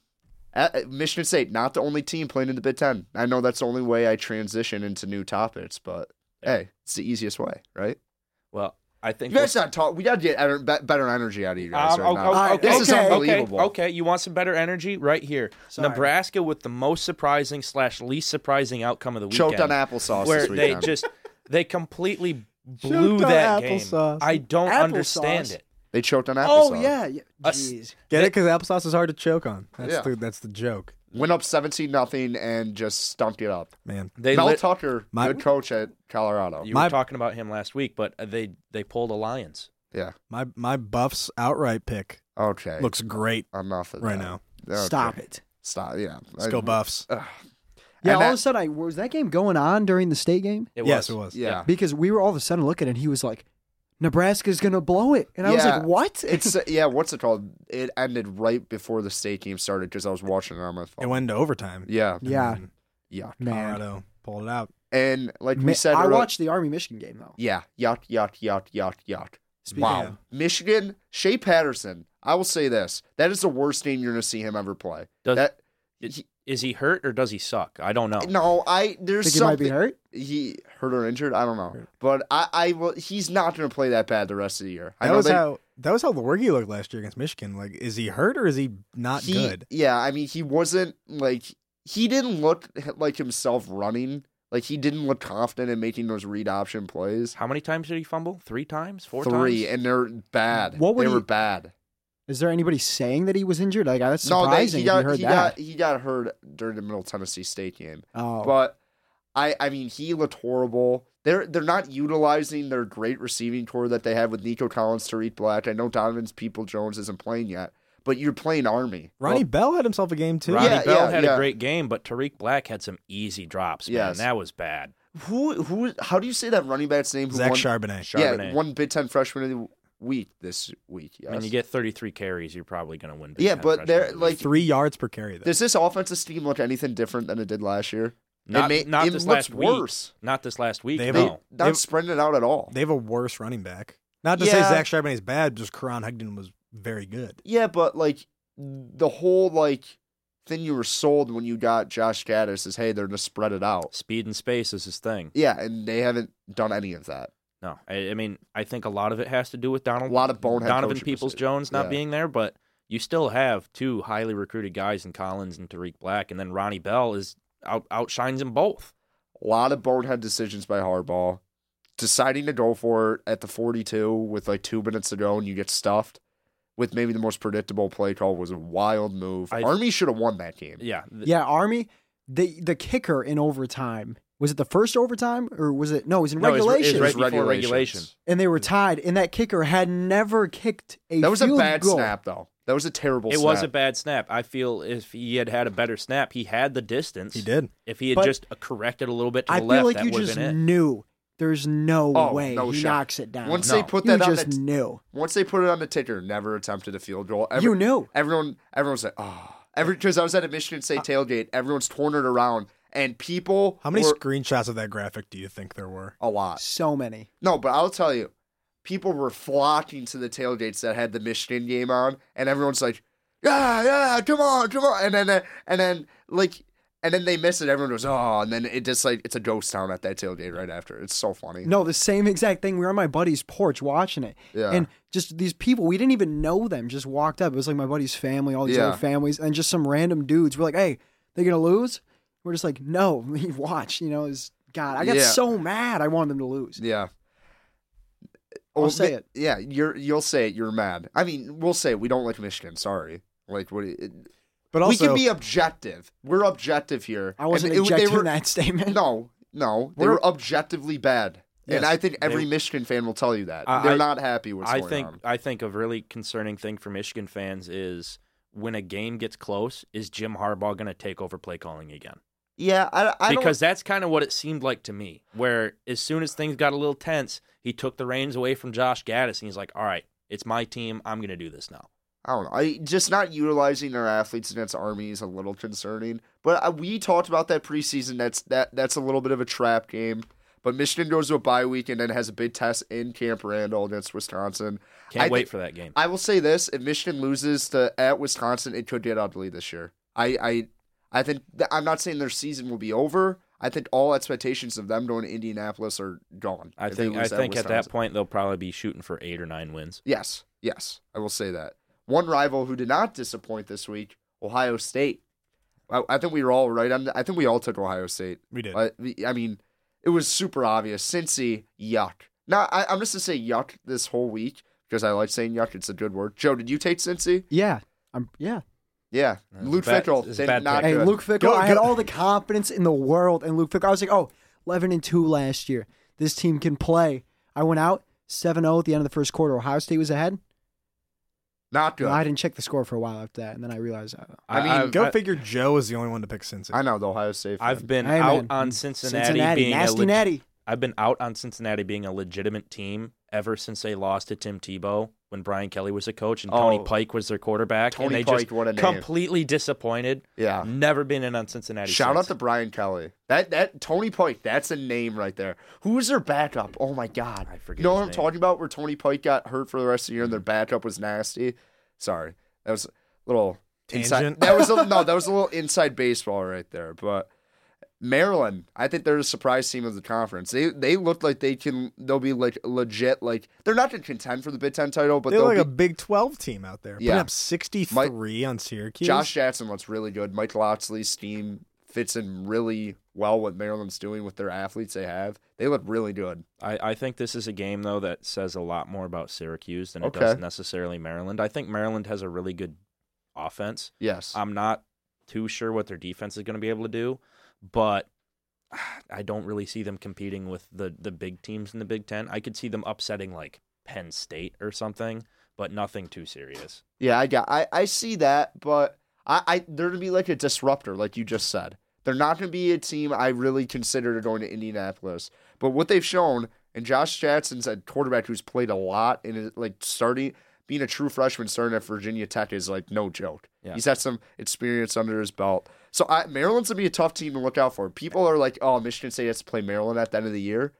C: at, at Uh, Michigan State, not the only team playing in the Big Ten. I know that's the only way I transition into new topics, but hey, it's the easiest way, right?
F: Well, I think
C: You guys not talk. We gotta get ener- be- better energy out of you guys
F: Um,
C: right
F: o-
C: now.
F: o-
E: All right,
F: okay,
E: this is
F: okay,
C: unbelievable.
F: Okay, okay, you want some better energy right here.
E: Sorry.
F: Nebraska with the most surprising slash least surprising outcome of the weekend,
C: Choked on applesauce
F: where
C: this
F: they
C: weekend.
F: just they completely blew
D: Choked on
F: that
D: applesauce.
F: game. I don't
E: Applesauce?
F: understand it.
C: They choked on applesauce.
E: Oh yeah, yeah.
F: Us-
E: Jeez.
D: Get it? Because applesauce is hard to choke on. That's
C: Yeah.
D: the that's the joke,
C: Went up 17 nothing and just stumped it up.
D: man.
F: They
C: Mel
F: lit-
C: Tucker,
D: My-
C: good coach at Colorado.
F: you
D: My-
F: were talking about him last week, but they they pulled a Lions.
C: yeah.
D: My my Buffs outright pick
C: Okay.
D: looks great
C: enough of
D: right
C: that.
D: now.
C: Okay.
E: Stop it.
C: Stop. Yeah.
D: Let's go Buffs.
E: Yeah, all
C: that-
E: of a sudden, I, was that game going on during the state game?
F: It
D: yes,
F: was.
D: it was.
C: Yeah.
F: Yeah.
E: Because we were all of a sudden looking, and he was like, "Nebraska's gonna blow it," and I was
C: Yeah.
E: like, "What?"
C: It's yeah. What's it called? It ended right before the state game started because I was watching it on my
D: It
C: phone.
D: went to overtime.
C: yeah.
E: yeah,
D: And
C: Yuck.
E: man.
D: Colorado pulled it out.
C: And like we
E: Ma-
C: said,
E: I
C: earlier-
E: watched the Army Michigan game though.
C: Yeah. Yuck. Yuck. Yuck. Yuck. Yuck.
E: Speaking
C: wow.
E: of-
C: Michigan, Shea Patterson. I will say this: that is the worst name you're gonna see him ever play.
F: Does-
C: that
F: Is, is he hurt or does he suck? I don't know.
C: no, I there's
E: Think he might
C: something
E: be hurt.
C: he hurt or injured. I don't know, but I, I will. He's not going to play that bad the rest of the year. I
D: That
C: know
D: was
C: they-
D: how that was how Lorgie looked last year against Michigan. Like, is he hurt or is he not
C: he-
D: good?
C: Yeah, I mean, he wasn't like he didn't look like himself running. Like he didn't look confident in making those read option plays.
F: How many times did he fumble? Three times? Four
C: Three,
F: times?
C: and they're bad.
E: What would
C: they
E: he-
C: were bad.
E: Is there anybody saying that he was injured? Like that's
C: No, they, he
E: surprising. if you
C: got
E: heard
C: he
E: that.
C: got he got hurt during the Middle Tennessee State game.
E: oh,
C: But I I mean he looked horrible. They're they're not utilizing their great receiving core that they have with Nico Collins, Tariq Black. I know Donovan's People Jones isn't playing yet, but you're playing Army.
D: Ronnie
C: Well,
D: Bell had himself a game too.
F: Ronnie
C: Yeah,
F: Bell
C: yeah,
F: had
C: yeah.
F: a great game, but Tariq Black had some easy drops. Man.
C: Yes.
F: That was bad.
C: who who how do you say that running back's name? Who
D: Zach
C: won,
D: Charbonnet.
C: Yeah,
F: Charbonnet.
C: one Big Ten freshman of the week this week. Yes.
F: When you get 33 carries, you're probably going to win. Big
C: yeah,
F: Ten
C: but
F: freshman
C: they're
F: of the
C: like.
D: Three yards per carry though.
C: does this offensive scheme look anything different than it did last year?
F: Week. not,
C: it ma-
F: not
C: it
F: this
C: looks
F: last week.
C: worse.
F: Not this last week.
D: They-
C: They,
F: no.
C: not
D: They've-
C: spreading it out at all.
D: They have a worse running back. Not to say
C: Yeah.
D: Zach Charbonnet is bad, just Karan Hugden was very good.
C: Yeah, but like the whole like thing you were sold when you got Josh Gaddis is hey, they're gonna spread it out.
F: Speed and space is his thing.
C: Yeah, and they haven't done any of that.
F: No, I, I mean, I think a lot of it has to do with Donald.
C: A lot of bonehead
F: Donovan
C: coaching
F: Peoples
C: decisions.
F: Jones not
C: Yeah.
F: being there, but you still have two highly recruited guys in Collins and Tariq Black, and then Ronnie Bell is out outshines them both.
C: A lot of bonehead decisions by Harbaugh. Deciding to go for it at the 42 with like two minutes to go and you get stuffed with maybe the most predictable play call was a wild move.
F: I-
C: Army should have won that game.
F: Yeah, th-
E: yeah, Army. The the kicker in overtime was it the first overtime or was it no? It was in
F: No, it was- it was
E: regulation.
F: right before
C: regulations.
F: regulation.
E: and they were tied, and that kicker had never kicked a
C: That was a
E: field
C: bad
E: goal.
C: snap though. That was a terrible
F: it
C: snap.
F: was a bad snap. I feel if he had had a better snap, he had the distance.
D: He did.
F: If he had
E: But-
F: just corrected a little bit to
E: I
F: the
E: feel
F: left,
E: like
F: that
E: you
F: would
E: just
F: have been it.
E: knew there's no
C: Oh,
E: way
C: no
E: he
C: shot.
E: knocks it down.
C: Once
F: No.
C: they put
E: you
C: that on
E: just
C: the
E: knew.
C: Once they put it on the ticker, never attempted a field goal. Every-
E: You knew.
C: Everyone, everyone was like, oh. Every because I was at a Michigan State tailgate, everyone's torn it around, and people.
D: How many
C: were
D: screenshots of that graphic do you think there were?
C: a lot.
E: So many.
C: No, but I'll tell you, people were flocking to the tailgates that had the Michigan game on, and everyone's like, yeah, yeah, come on, come on, and then, uh, and then, like. And then they miss it. Everyone goes, "Oh!" And then it just like it's a ghost town at that tailgate right after. It's so funny.
E: No, the same exact thing. We were on my buddy's porch watching it.
C: Yeah.
E: And just these people, we didn't even know them, just walked up. It was like my buddy's family, all these
C: Yeah.
E: other families, and just some random dudes. We're like, hey, they gonna lose? We're just like, no, watch. You know, is God, I got
C: Yeah.
E: so mad I wanted them to lose.
C: Yeah.
E: I'll
C: Well,
E: say
C: mi-
E: it.
C: Yeah, you're you'll say it. You're mad. I mean, we'll say it. we don't like Michigan. Sorry. Like what? It,
D: But
C: we
D: also,
C: can be objective. We're objective here.
E: I wasn't
C: And it-
E: ejecting
C: they were,
E: that statement.
C: No, no, they
E: We're-
C: were objectively bad, and
D: Yes,
C: I think every
F: they-
C: Michigan fan will tell you that
F: I-
C: they're
F: I-
C: not happy with.
F: I
C: What's going
F: think
C: on.
F: I think a really concerning thing for Michigan fans is when a game gets close, is Jim Harbaugh going to take over play calling again?
C: Yeah, I, I
F: because that's kind of what it seemed like to me. Where as soon as things got a little tense, he took the reins away from Josh Gaddis, and he's like, "All right, it's my team. I'm going to do this now."
C: I don't know. I just not utilizing their athletes against Army is a little concerning. But uh, we talked about that preseason. That's that that's a little bit of a trap game. But Michigan goes to a bye week and then has a big test in Camp Randall against Wisconsin.
F: Can't
C: I
F: wait
C: think-
F: for that game.
C: I will say this: if Michigan loses to at Wisconsin, it could get ugly this year. I I I think th- I'm not saying their season will be over. I think all expectations of them going to Indianapolis are gone.
F: I
C: if they
F: think I
C: lose
F: think at
C: Wisconsin.
F: that point they'll probably be shooting for eight or nine wins.
C: Yes, yes, I will say that. One rival who did not disappoint this week, Ohio State. I, I think we were all right. On, I think we all took Ohio State.
D: We did.
C: I, I mean, it was super obvious. Cincy, yuck. Now I, I'm just gonna say yuck this whole week because I like saying yuck. It's a good word. Joe, did you take Cincy?
E: Yeah. I'm yeah.
C: Yeah,
F: That's
C: Luke
F: a bad-
C: Fickle
F: it's a
C: did
F: bad
C: not.
F: pick.
E: Hey,
C: good.
E: Luke Fickle,
D: Go-
E: I had
D: go-
E: all the confidence in the world in Luke Fickle. I was like, oh, 11 and 2 last year. This team can play. I went out 7 0 at the end of the first quarter. Ohio State was ahead.
C: not good.
E: And I didn't check the score for a while after that. And then I realized, uh,
C: I mean,
F: I've-
D: Go
F: I-
D: figure. Joe is the only one to pick Cincy.
C: I know the Ohio State. fan.
F: I've been
E: Hey,
F: out
E: man.
F: on Cincinnati,
E: Cincinnati,
F: being a
E: nasty
F: leg-
E: natty.
F: I've been out on Cincinnati being a legitimate team ever since they lost to Tim Tebow when Brian Kelly was the coach and Tony
C: Oh.
F: Pike was their quarterback.
C: Tony
F: and they
C: Pike,
F: just
C: what a name.
F: completely disappointed.
C: Yeah.
F: Never been in on Cincinnati.
C: Shout out
F: since.
C: to Brian Kelly. That that Tony Pike. That's a name right there. Who was their backup? Oh my god,
F: I forget
C: You know
F: his
C: what I'm
F: name. Mm-hmm.
C: talking about? Where Tony Pike got hurt for the rest of the year and their backup was nasty. Sorry, that was a little inside.
D: Tangent.
C: That was a, no, that was a little inside baseball right there. But Maryland, I think they're the surprise team of the conference. They they look like they can. They'll be like legit. Like they're not going to contend for the Big Ten title, but
D: They're
C: will
D: like
C: be,
D: a Big 12 team out there.
C: Yeah.
D: Putting up 63 on Syracuse.
C: Josh Jackson looks really good. Mike Loxley's team fits in really well what Maryland's doing with their athletes they have. They look really good.
F: I, I think this is a game though that says a lot more about Syracuse than it
C: Okay.
F: does necessarily Maryland. I think Maryland has a really good offense.
C: Yes.
F: I'm not too sure what their defense is going to be able to do, but I don't really see them competing with the the big teams in the Big Ten. I could see them upsetting like Penn State or something, but nothing too serious.
C: yeah, I got I, I see that, but I, I they're gonna be like a disruptor, like you just said. They're not gonna be a team I really consider going to Indianapolis. But what they've shown, and Josh Jackson's a quarterback who's played a lot and is like starting being a true freshman starting at Virginia Tech is like no joke.
F: Yeah.
C: He's had some experience under his belt. So I, Maryland's gonna be a tough team to look out for. People are like, oh, Michigan State has to play Maryland at the end of the year.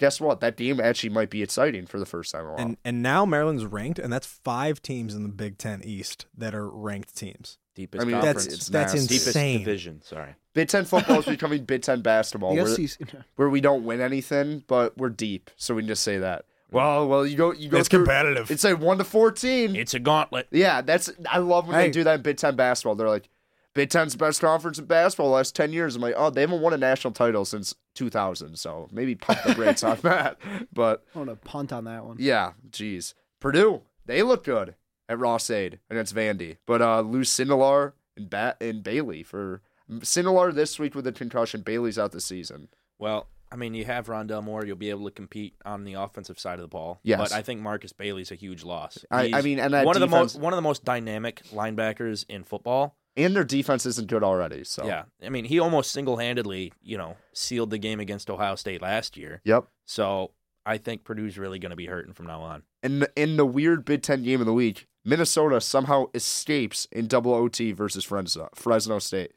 C: Guess what? That game actually might be exciting for the first time in a while.
D: And and now Maryland's ranked, and that's five teams in the Big Ten East that are ranked teams.
F: Deepest
C: I mean,
F: conference,
D: That's
C: it's
D: that's
C: nasty.
F: deepest
D: insane.
F: division. Sorry,
C: Big Ten football is becoming Big Ten basketball.
E: the E
C: where-
E: SEC
C: where we don't win anything, but we're deep, so we can just say that. Well, well, you go, you go.
D: It's
C: through-
D: competitive.
C: It's a one to fourteen.
F: it's a gauntlet.
C: yeah, that's. I love when they
E: Hey.
C: do that in Big Ten basketball. They're like, Big Ten's best conference in basketball the last ten years. I'm like, oh, they haven't won a national title since 2000, so maybe pump the brakes on that. But
E: I want to punt on that one.
C: yeah, geez, Purdue, they look good at Ross Aid against Vandy, but uh, lose Sindelar and Bat and Bailey for Sindelar this week with a concussion. Bailey's out this season.
F: Well, I mean, you have Rondell Moore. You'll be able to compete on the offensive side of the ball.
C: Yes.
F: but I think Marcus Bailey's a huge loss.
C: I- I
F: He's
C: mean, and that
F: one of the most
C: defense-
F: one of the most dynamic linebackers in football.
C: and their defense isn't good already. So
F: Yeah, I mean, he almost single handedly, you know, sealed the game against Ohio State last year.
C: Yep.
F: So I think Purdue's really going to be hurting from now on.
C: And in the weird Big Ten game of the week, Minnesota somehow escapes in double OT versus Fresno, Fresno State.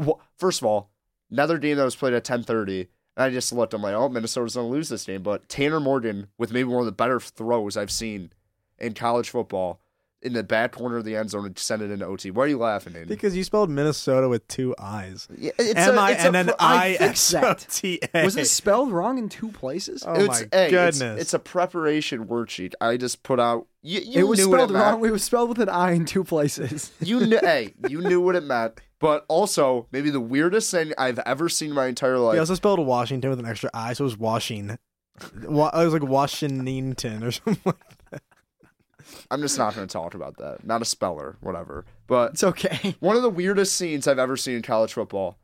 C: Wh- First of all, another game that was played at ten thirty, and I just looked. I'm like, oh, Minnesota's gonna lose this game. But Tanner Morgan with maybe one of the better throws I've seen in college football in the back corner of the end zone and sent it into OT. Why are you laughing? Aiden?
D: Because you spelled Minnesota with two I's.
C: Yeah, it's a-
D: M I
C: it's a
D: N N
C: fr-
E: I
D: I
E: fixed
D: X O T A.
E: Was it spelled wrong in two places?
D: Oh
C: it's,
D: my
C: hey, it's-
D: goodness!
C: It's, a preparation worksheet. I just put out. You, you
E: it was
C: knew what
E: spelled
C: meant.
E: wrong. It was spelled with an I in two places.
C: You knew, hey, you knew what it meant. But also, maybe the weirdest thing I've ever seen in my entire life.
D: They also spelled Washington with an extra I, so it was Washing. Wa- I was like Washington or something. like that.
C: I'm just not going to talk about that. Not a speller, whatever. But
E: It's okay.
C: one of the weirdest scenes I've ever seen in college football.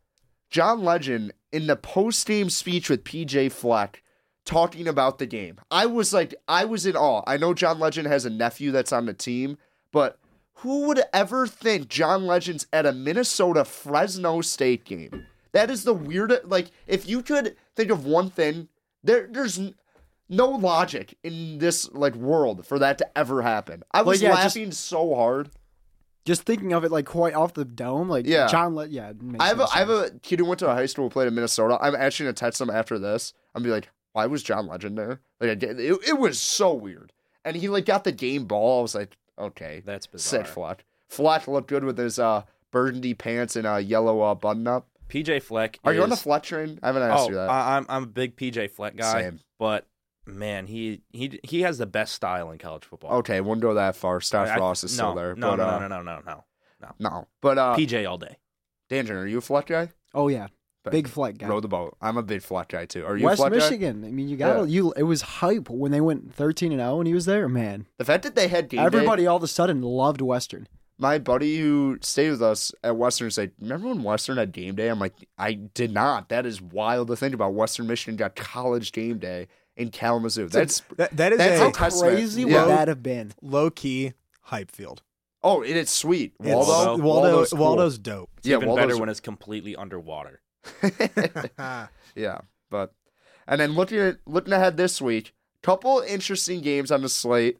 C: John Legend in the post-game speech with PJ Fleck talking about the game. I was like, I was in awe. I know John Legend has a nephew that's on the team, but who would ever think John Legend's at a Minnesota Fresno State game? That is the weirdest. Like, if you could think of one thing, there, there's n- no logic in this like world for that to ever happen. I was
E: yeah, just-
C: laughing so hard.
E: Just thinking of it like quite off the dome, like
C: Yeah.
E: John. Le- yeah, it makes
C: I have
E: no
C: a, I have
E: sense.
C: a kid who went to a high school who played in Minnesota. I'm actually gonna text him after this. I'm gonna be like, why was John Legend there? Like, I did- it, it was so weird. And he like got the game ball. I was like, okay,
F: That's
C: sick,
F: bizarre.
C: Fleck. Fleck looked good with his uh burgundy pants and uh yellow uh, button up.
F: PJ Fleck.
C: Are you on the
F: is-
C: Fleck train? I haven't asked
F: oh,
C: you that.
F: I, I'm I'm a big PJ Fleck guy,
C: Same.
F: but man, he he he has the best style in college football.
C: okay, wouldn't go that far. Scott
F: I- I-
C: Oh, Frost is still
F: no,
C: there.
F: No,
C: but,
F: no,
C: uh,
F: no, no, no, no.
C: no. But uh,
F: PJ all day.
C: Danger, are you a Fleck guy?
E: oh yeah,
C: But-
E: big flight guy.
C: Row the boat. I'm a big Fleck guy too. Are you a
E: West
C: Fleck guy?
E: Michigan. I mean, you got to you. It was hype when they went thirteen and zero, and he was there. Man,
C: The fact that they had game day-
E: everybody all of a sudden loved Western.
C: my buddy who stayed with us at Western said, "Remember when Western had game day?" I'm like, "I did not. That is wild to think about. Western Michigan got college game day in Kalamazoo. That's
D: That, that is
C: That's
D: a
C: how cra- Testament.
E: Crazy
C: Yeah.
E: would that have been?
D: low key hype field.
C: oh, and it's sweet.
D: It's-
C: Waldo,
D: Waldo's,
F: Waldo-
C: Waldo's cool.
D: Waldo's dope.
F: It's
C: yeah,
F: even
C: Waldo's
F: better when it's completely underwater.
D: Ah,
C: yeah, but and then looking at looking ahead this week, couple interesting games on the slate.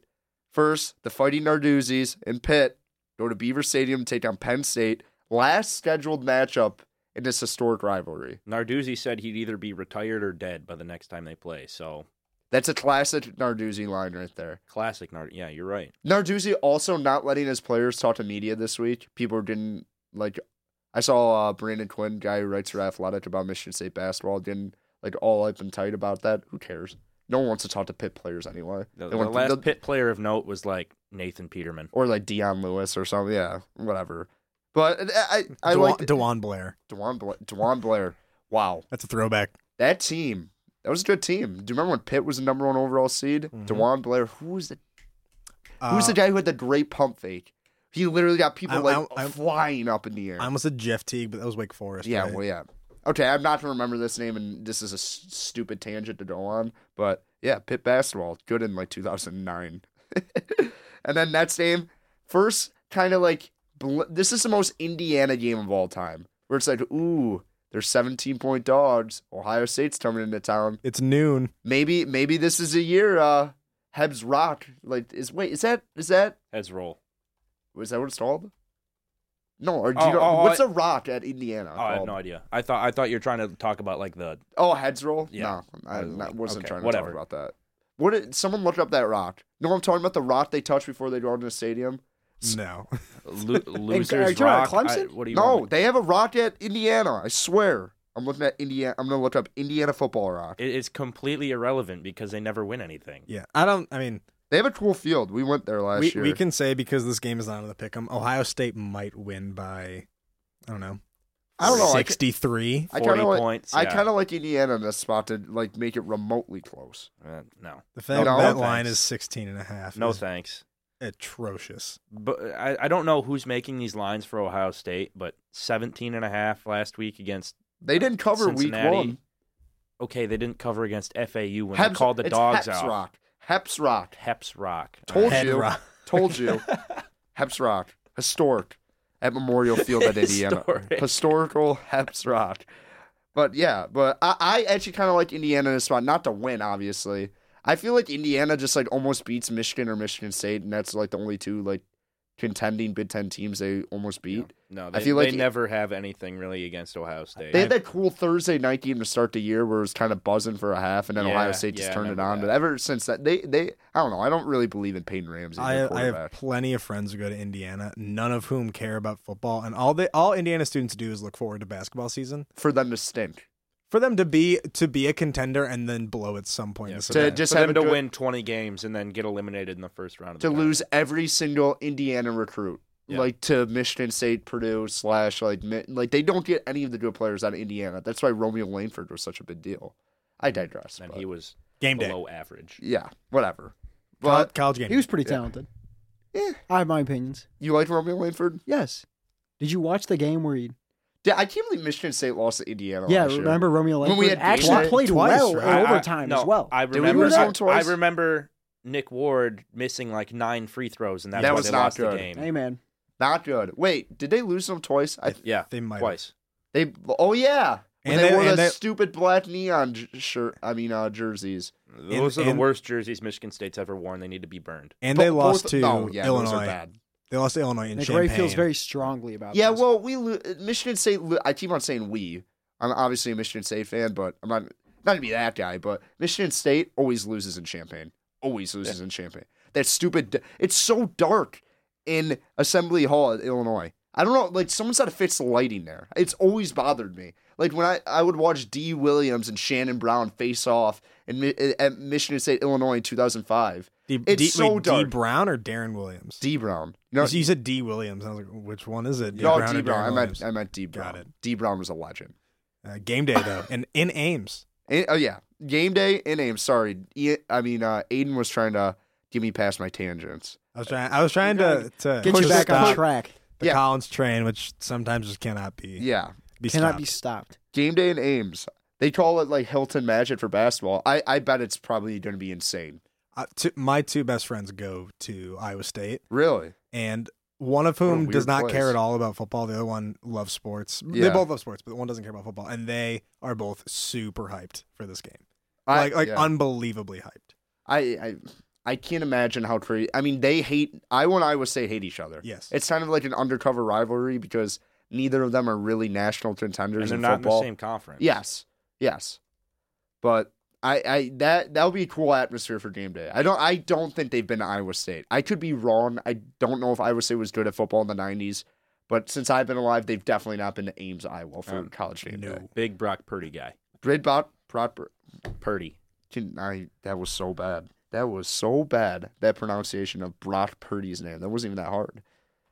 C: First, the Fighting Narduzzi's and Pitt go to Beaver Stadium and take on Penn State. Last scheduled matchup in this historic rivalry.
F: Narduzzi said he'd either be retired or dead by the next time they play. So
C: That's a classic Narduzzi line right there.
F: classic Nard. Yeah, you're right.
C: Narduzzi also not letting his players talk to media this week. People didn't like. I saw uh, Brandon Quinn, guy who writes for Athletic about Michigan State basketball, didn't like all up and tight about that. Who cares? No one wants to talk to Pitt players anyway.
F: The,
C: They
F: the
C: want
F: last
C: the-
F: pit player of note was like Nathan Peterman.
C: or like Dion Lewis or something. Yeah, whatever. But uh, I I
D: Dewan-
C: like
D: Dewan Blair.
C: Dewan Bla- Dewan Blair. Wow,
D: That's a throwback.
C: that team. That was a good team. Do you remember when Pitt was the number one overall seed?
F: Mm-hmm.
C: Dewan Blair. Who was the
D: Uh,
C: Who's the guy who had the great pump fake? He literally got people
D: I'm-
C: like
D: I'm- I'm-
C: flying up in the air.
D: I almost said Jeff Teague, but that was Wake Forest.
C: yeah,
D: right?
C: well, yeah. Okay, I'm not gonna remember this name, and this is a s- stupid tangent to go on, but yeah, Pitt basketball good in like 2009, and then next game, first kind of like bl- this is the most Indiana game of all time, where it's like, ooh, they're 17 point dogs. Ohio State's coming into town.
D: it's noon.
C: Maybe, maybe this is a year. Uh, Hebs Rock, like, is wait, is that is that
F: Heads roll.
C: is that what it's called? No, or do
F: Oh,
C: you know,
F: oh,
C: what's
F: I-
C: a rock at Indiana?
F: Oh, I have
C: called?
F: no idea. I thought I thought you were trying to talk about like the
C: Oh, heads roll.
F: Yeah.
C: No, I,
F: I was
C: not-
F: like,
C: wasn't
F: okay,
C: trying to
F: whatever.
C: talk about that. What did someone look up that rock? No, I'm talking about the rock they touch before they go into the stadium.
D: No,
F: lo-
E: are you
F: losers
E: talking about
F: rock. I-
E: Clemson?
F: what do you
C: No,
F: want?
C: they have a rock at Indiana. I swear. I'm looking at Indiana. I'm gonna look up Indiana football rock.
F: It- it's completely irrelevant because they never win anything.
D: yeah, I don't. I mean,
C: They have a cool field. We went there last
D: we,
C: year.
D: we can say because this game is not on the pick'em. Ohio State might win by, I don't know,
C: I don't know. I c-
D: sixty three.
C: I
F: 40
C: kind of like.
F: points,
C: I
F: yeah.
C: kind of like Indiana in this spot to like make it remotely close.
F: Uh, no,
D: The fact
C: No,
D: that
F: no
D: line
F: thanks.
D: is 16 and a half
F: no
D: is
F: thanks.
D: atrocious.
F: But I, I don't know who's making these lines for Ohio State, but 17 and a half last week against.
C: They didn't cover
F: Cincinnati.
C: week one.
F: Okay, they didn't cover against FAU when they
C: Heps-
F: called the
C: it's
F: dogs
C: Heps
F: out.
C: Rock. Heps Rock.
F: Heps Rock. Uh,
C: Told
D: Head
C: you.
D: rock.
C: Told you. Heps Rock. Historic. At Memorial Field at Indiana.
F: Historic.
C: Historical Heps Rock. But yeah, but I, I actually kind of like Indiana in this spot. Not to win, obviously. I feel like Indiana just like almost beats Michigan or Michigan State, and that's like the only two like contending Big Ten teams they almost beat.
F: No,
C: I
F: they,
C: feel
F: they
C: like-
F: never have anything really against Ohio State.
C: They had that cool Thursday night game to start the year where it was kind of buzzing for a half, and then
F: Yeah,
C: Ohio State just
F: yeah, I
C: turned it
F: remember
C: on.
F: that.
C: But ever since that, they they I don't know. I don't really believe in Peyton Ramsey.
D: I,
C: their
D: I have
C: quarterback.
D: plenty of friends who go to Indiana, none of whom care about football, and all they all Indiana students do is look forward to basketball season
C: for them to stink.
D: for them to be to be a contender and then blow at some point.
F: Yeah,
D: in the
F: for
C: To
D: season.
C: just
F: for
C: have
F: them
C: a
F: to
C: good-
F: win 20 games and then get eliminated in the first round. Of
C: to
F: the
C: lose every single Indiana recruit,
F: Yeah.
C: like to Michigan State, Purdue slash like Mi- like they don't get any of the good players out of Indiana. That's why Romeo Langford was such a big deal. I digress.
F: tournament.
C: but-
F: and he was
D: game day,
F: below average.
C: yeah, whatever.
D: Col-
C: But
D: college game.
E: He was pretty talented.
C: Yeah.
E: I have my opinions.
C: you like Romeo Langford?
E: Yes. Did you watch the game where he?
C: Yeah, I can't believe Michigan State lost to Indiana.
E: yeah,
C: last year.
E: remember Romeo
C: When
E: Langford
C: we had
E: actually
C: Dayton-
E: played
D: Twice,
E: well
D: right?
E: in
F: I- I-
E: overtime
F: no,
E: as well.
F: I
C: we
F: remember.
C: lose
F: I,
C: that twice?
F: I remember Nick Ward missing like nine free throws, and that's
C: That
F: why
C: was
F: they
C: not
F: lost the
C: good.
F: game.
E: hey man,
C: Not good. Wait, did they lose them twice? I,
F: Yeah,
D: They might have.
F: twice.
C: they. Oh yeah. When they, wore the stupid black neon j- shirt. I mean, uh, jerseys.
F: Those
D: And-
F: are the
D: and-
F: worst jerseys Michigan State's ever worn. They need to be burned.
D: and
C: Bo-
D: they lost
C: both-
D: to
C: no, yeah, those are
D: Illinois.
C: bad.
D: They lost to Illinois in
E: Nick
D: Champaign.
E: Ray feels very strongly about
C: Yeah,
E: this.
C: well, we lo- uh, Michigan State. Lo- I keep on saying we. I'm obviously a Michigan State fan, but I'm not not to be that guy. But Michigan State always loses in Champaign. Always loses in Champaign. That stupid. d- It's so dark in Assembly Hall at Illinois. I don't know. Like someone's got to fix the lighting there. It's always bothered me. Like when I, I would watch D. Williams and Shannon Brown face off in, Mi- uh, at Michigan State, Illinois, in 2005.
D: D,
C: it's
D: D,
C: so
D: wait, D
C: dark.
D: Brown or Darren Williams?
C: D. Brown. No,
D: you said D Williams. I was like, which one is it? D
C: no,
D: Brown
C: D.
D: or Darren
C: Brown. I
D: Williams?
C: meant I meant D.
D: Got
C: Brown.
D: it.
C: D. Brown was a legend.
D: Uh, game day though, and in Ames.
C: And- oh yeah, game day in aim. Sorry, I, I mean uh, Aiden was trying to get me past my tangents.
D: I was trying. I was trying to, to
E: Get you
D: push
E: back on
D: stop
E: track.
D: The
C: Yeah.
D: Collins train, which sometimes just cannot be
C: Yeah,
D: be
E: Cannot be
D: stopped.
E: stopped.
C: game day in Ames. They call it like Hilton Magic for basketball. I, I bet it's probably going to be insane.
D: Uh, two, my two best friends go to Iowa State,
C: Really?
D: and one of
C: a
D: whom does
C: weird
D: not care
C: place.
D: at all about football. The other one loves sports. They
C: Yeah.
D: both love sports, but one doesn't care about football, and they are both super hyped for this game.
C: I,
D: like like
C: yeah.
D: unbelievably hyped.
C: I, I I can't imagine how crazy. I mean, they hate Iowa and Iowa State hate each other.
D: Yes.
C: it's kind of like an undercover rivalry because neither of them are really national contenders
F: And they're
C: in
F: not
C: football.
F: in the same conference.
C: Yes, yes, but I, I that that would be a cool atmosphere for game day. I don't, I don't think they've been to Iowa State. I could be wrong. I don't know if Iowa State was good at football in the '90s, but since I've been alive, they've definitely not been to Ames, Iowa, for
F: Um,
C: college game
D: no.
C: day.
F: Big Brock Purdy guy.
C: Red bot proper.
F: Purdy.
C: Can I? That was so bad. That was so bad. That pronunciation of Brock Purdy's name. That wasn't even that hard.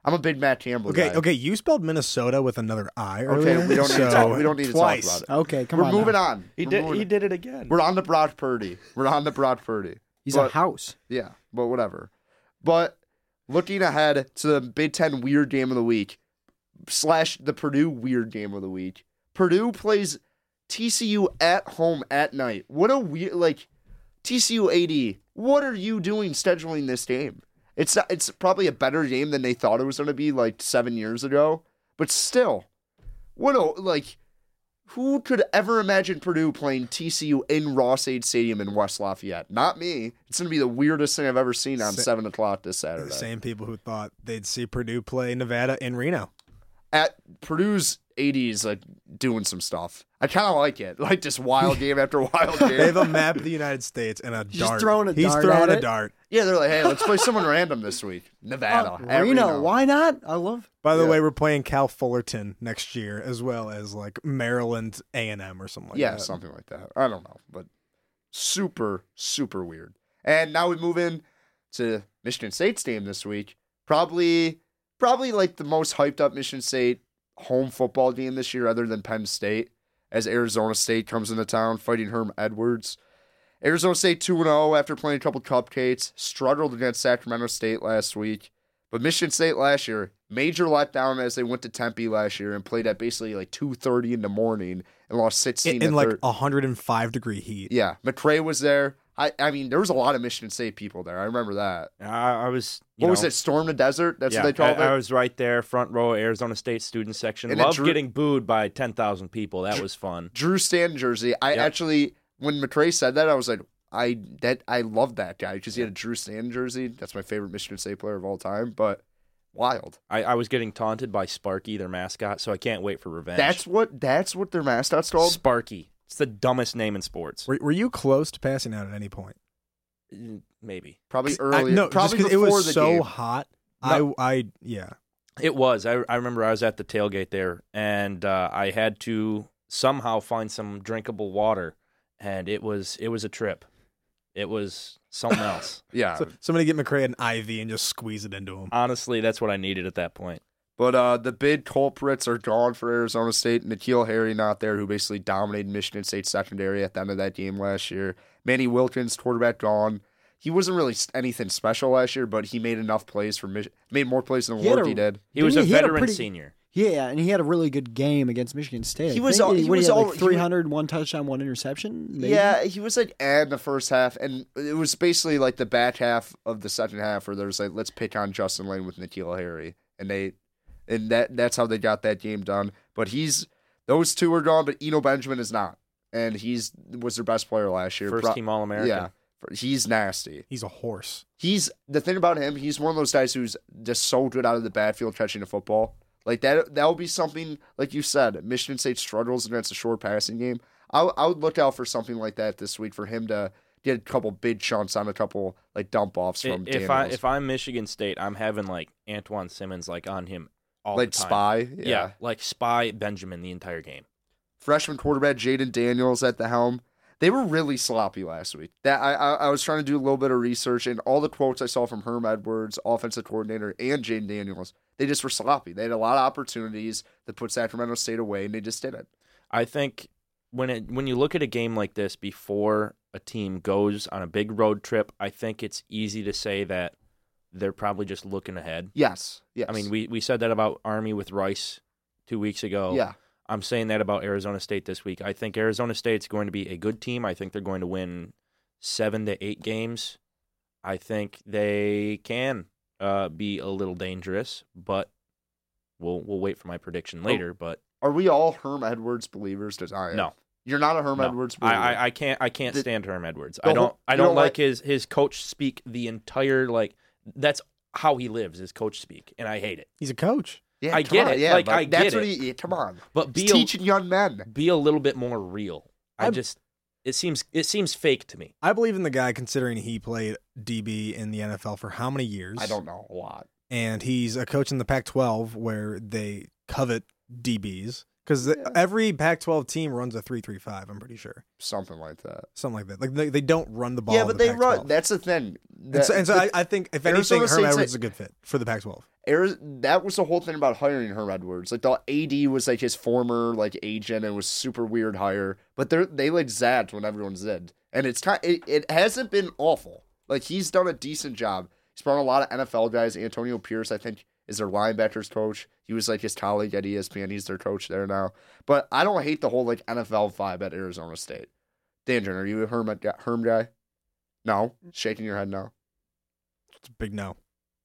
C: I'm a big Matt Campbell
D: Okay,
C: guy.
D: okay. You spelled Minnesota with another I earlier.
C: Okay, we don't need
D: so
C: to talk. We don't need
D: twice.
C: to talk about it.
E: Okay, come
C: We're
E: on.
C: moving
E: now.
C: on. We're moving-
F: did it again.
C: We're on the Brock Purdy. We're on the Brock Purdy.
E: He's a
C: But-
E: house.
C: Yeah, but whatever. But looking ahead to the Big Ten weird game of the week slash the Purdue weird game of the week, Purdue plays TCU at home at night. What a weird like TCU AD. What are you doing scheduling this game? It's not, it's probably a better game than they thought it was going to be like seven years ago. But still, what a like. Who could ever imagine Purdue playing TCU in Ross Aid Stadium in West Lafayette? Not me. It's going to be the weirdest thing I've ever seen on
D: Sa-
C: 7 o'clock this Saturday.
D: The same people who thought they'd see Purdue play Nevada in Reno.
C: At Purdue's 80s, like doing some stuff. I kind of like it. Like just wild game after wild
D: They've
C: game.
D: a map of the United States and a
E: He's
D: dart.
E: throwing a
D: He's
E: dart
D: throwing
E: at
D: a
E: it.
D: dart.
C: yeah, they're like, hey, let's play someone random this week. Nevada. at
E: Uh, Reno, why not? I love.
D: By the
C: Yeah.
D: way, we're playing Cal Fullerton next year, as well as like Maryland A and M or something like
C: yeah,
D: that.
C: something like that. I don't know, but super, super weird. And now we move in to Michigan State's game this week. Probably, probably like the most hyped up Michigan State home football game this year, other than Penn State, as Arizona State comes into town fighting Herm Edwards. Arizona State 2 0 after playing a couple cupcakes, struggled against Sacramento State last week. But Michigan State last year, major letdown as they went to Tempe last year and played at basically like 2.30 in the morning and lost 16
D: In,
C: to
D: in like
C: 13.
D: 105 degree heat.
C: Yeah, McRae was there. I, I mean, there was a lot of Michigan State people there. I remember that.
F: I, I was. You
C: What
F: know,
C: was it? Storm the Desert? That's
F: yeah,
C: what they called
F: I,
C: it?
F: I was right there, front row, Arizona State student section.
C: And it
F: Love
C: drew-
F: getting booed by ten thousand people. That was fun.
C: Drew Stanton jersey. I
F: Yep.
C: actually, when McRae said that, I was like, I that I love that guy because he had a Drew Stanton jersey. That's my favorite Michigan State player of all time. But wild.
F: I, I was getting taunted by Sparky, their mascot. So I can't wait for revenge.
C: That's what that's what their mascot's called.
F: Sparky. It's the dumbest name in sports.
D: Were, were you close to passing out at any point?
F: Maybe
C: Probably
D: I-
C: early.
D: no, just
C: probably
D: 'cause
C: before
D: it was
C: the
D: so
C: game.
D: hot.
F: No.
D: I, I, yeah.
F: it was. I, I remember I was at the tailgate there, and uh, I had to somehow find some drinkable water, and it was it was a trip. It was something else.
C: Yeah,
D: So, somebody get McCray an IV and just squeeze it into him.
F: Honestly, that's what I needed at that point.
C: But uh, the bid culprits are gone for Arizona State. Nikhil Harry not there, who basically dominated Michigan State's secondary at the end of that game last year. Manny Wilkins, quarterback, gone. He wasn't really s- anything special last year, but he made enough plays for Mich- made more plays than
E: He had
C: Wardy
E: a-
C: did.
F: He was
E: Didn't
F: a
E: he hit a
F: veteran
E: pretty-
F: senior.
E: Yeah, and he had a really good game against Michigan State. I
C: He was
E: think.
C: all- he
E: what,
C: was
E: had,
C: all-
E: like
C: he
E: 300, one touchdown, one interception. maybe?
C: Yeah, he was like and the first half, and it was basically like the back half of the second half where there's like let's pick on Justin Lane with Nikhil Harry, and they, and that that's how they got that game done. But he's Those two are gone, but Eno Benjamin is not, and he's was their best player last year.
F: First
C: Pro-
F: team All American.
C: Yeah, For- he's nasty.
D: He's a horse.
C: He's the thing about him. He's one of those guys who's just so good out of the backfield catching a football. Like that. That would be something. Like you said, Michigan State struggles against a short passing game. I, I would look out for something like that this week for him to get a couple big chunks on a couple like dump offs
F: I-
C: from
F: if I
C: Daniels.
F: if I'm Michigan State, I'm having like Antoine Simmons like on him all
C: like
F: the time.
C: spy.
F: Yeah. like spy Benjamin the entire game.
C: freshman quarterback Jaden Daniels at the helm. They were really sloppy last week. That I, I I was trying to do a little bit of research, and all the quotes I saw from Herm Edwards, offensive coordinator, and Jaden Daniels, they just were sloppy. They had a lot of opportunities that put Sacramento State away, and they just didn't.
F: I think when it when you look at a game like this before a team goes on a big road trip, I think it's easy to say that they're probably just looking ahead.
C: Yes, yes.
F: I mean, we, we said that about Army with Rice two weeks ago.
C: yeah,
F: I'm saying that about Arizona State this week. I think Arizona State's going to be a good team. I think they're going to win seven to eight games. I think they can uh, be a little dangerous, but we'll we'll wait for my
C: Oh,
F: prediction later. But
C: are we all Herm Edwards believers? Does I am?
F: No.
C: you're not a Herm
F: no.
C: Edwards
F: I,
C: believer.
F: I, I can't I can't
C: The-
F: stand Herm Edwards.
C: the
F: I don't
C: whole-
F: I
C: you
F: don't
C: don't
F: like,
C: like-
F: his his coach speak the entire like that's how he lives his coach speak, and I hate it.
D: He's a coach.
C: yeah,
F: I
C: come
F: get
C: on,
F: it.
C: Yeah,
F: Like,
C: but
F: I
C: that's
F: get
C: what
F: it.
C: he. Come on,
F: But be
C: He's
F: a-
C: teaching young men.
F: be a little bit more real. I
D: I'm-
F: just it seems it seems fake to me.
D: I believe in the guy considering he played DB in the NFL for how many years?
C: I don't know a lot.
D: and he's a coach in the Pac-12 where they covet DBs because every Pac-12 team runs a three-three-five. I'm pretty sure
C: Something like that.
D: something like that. Like they, they don't run the ball.
C: yeah,
D: in
C: but
D: the
C: they
D: Pac-12.
C: run. That's the thing.
D: and so,
C: That-
D: and so I, I think if
C: Arizona
D: anything, Herm
C: State's
D: Edwards
C: a-
D: is a good fit for the Pac-12.
C: Ari- that was the whole thing about hiring Herm Edwards. Like the AD was like his former like agent. and It was super weird hire, but they they like zapped when everyone zid, and it's kind it, it hasn't been awful. Like he's done a decent job. He's brought a lot of NFL guys. Antonio Pierce, I think, is their linebackers coach. He was like his colleague at E ESPN. He's their coach there now. But I don't hate the whole like NFL vibe at Arizona State. Dan, Jern, are you a Herm Herm guy? No, shaking your head no.
D: It's a big no.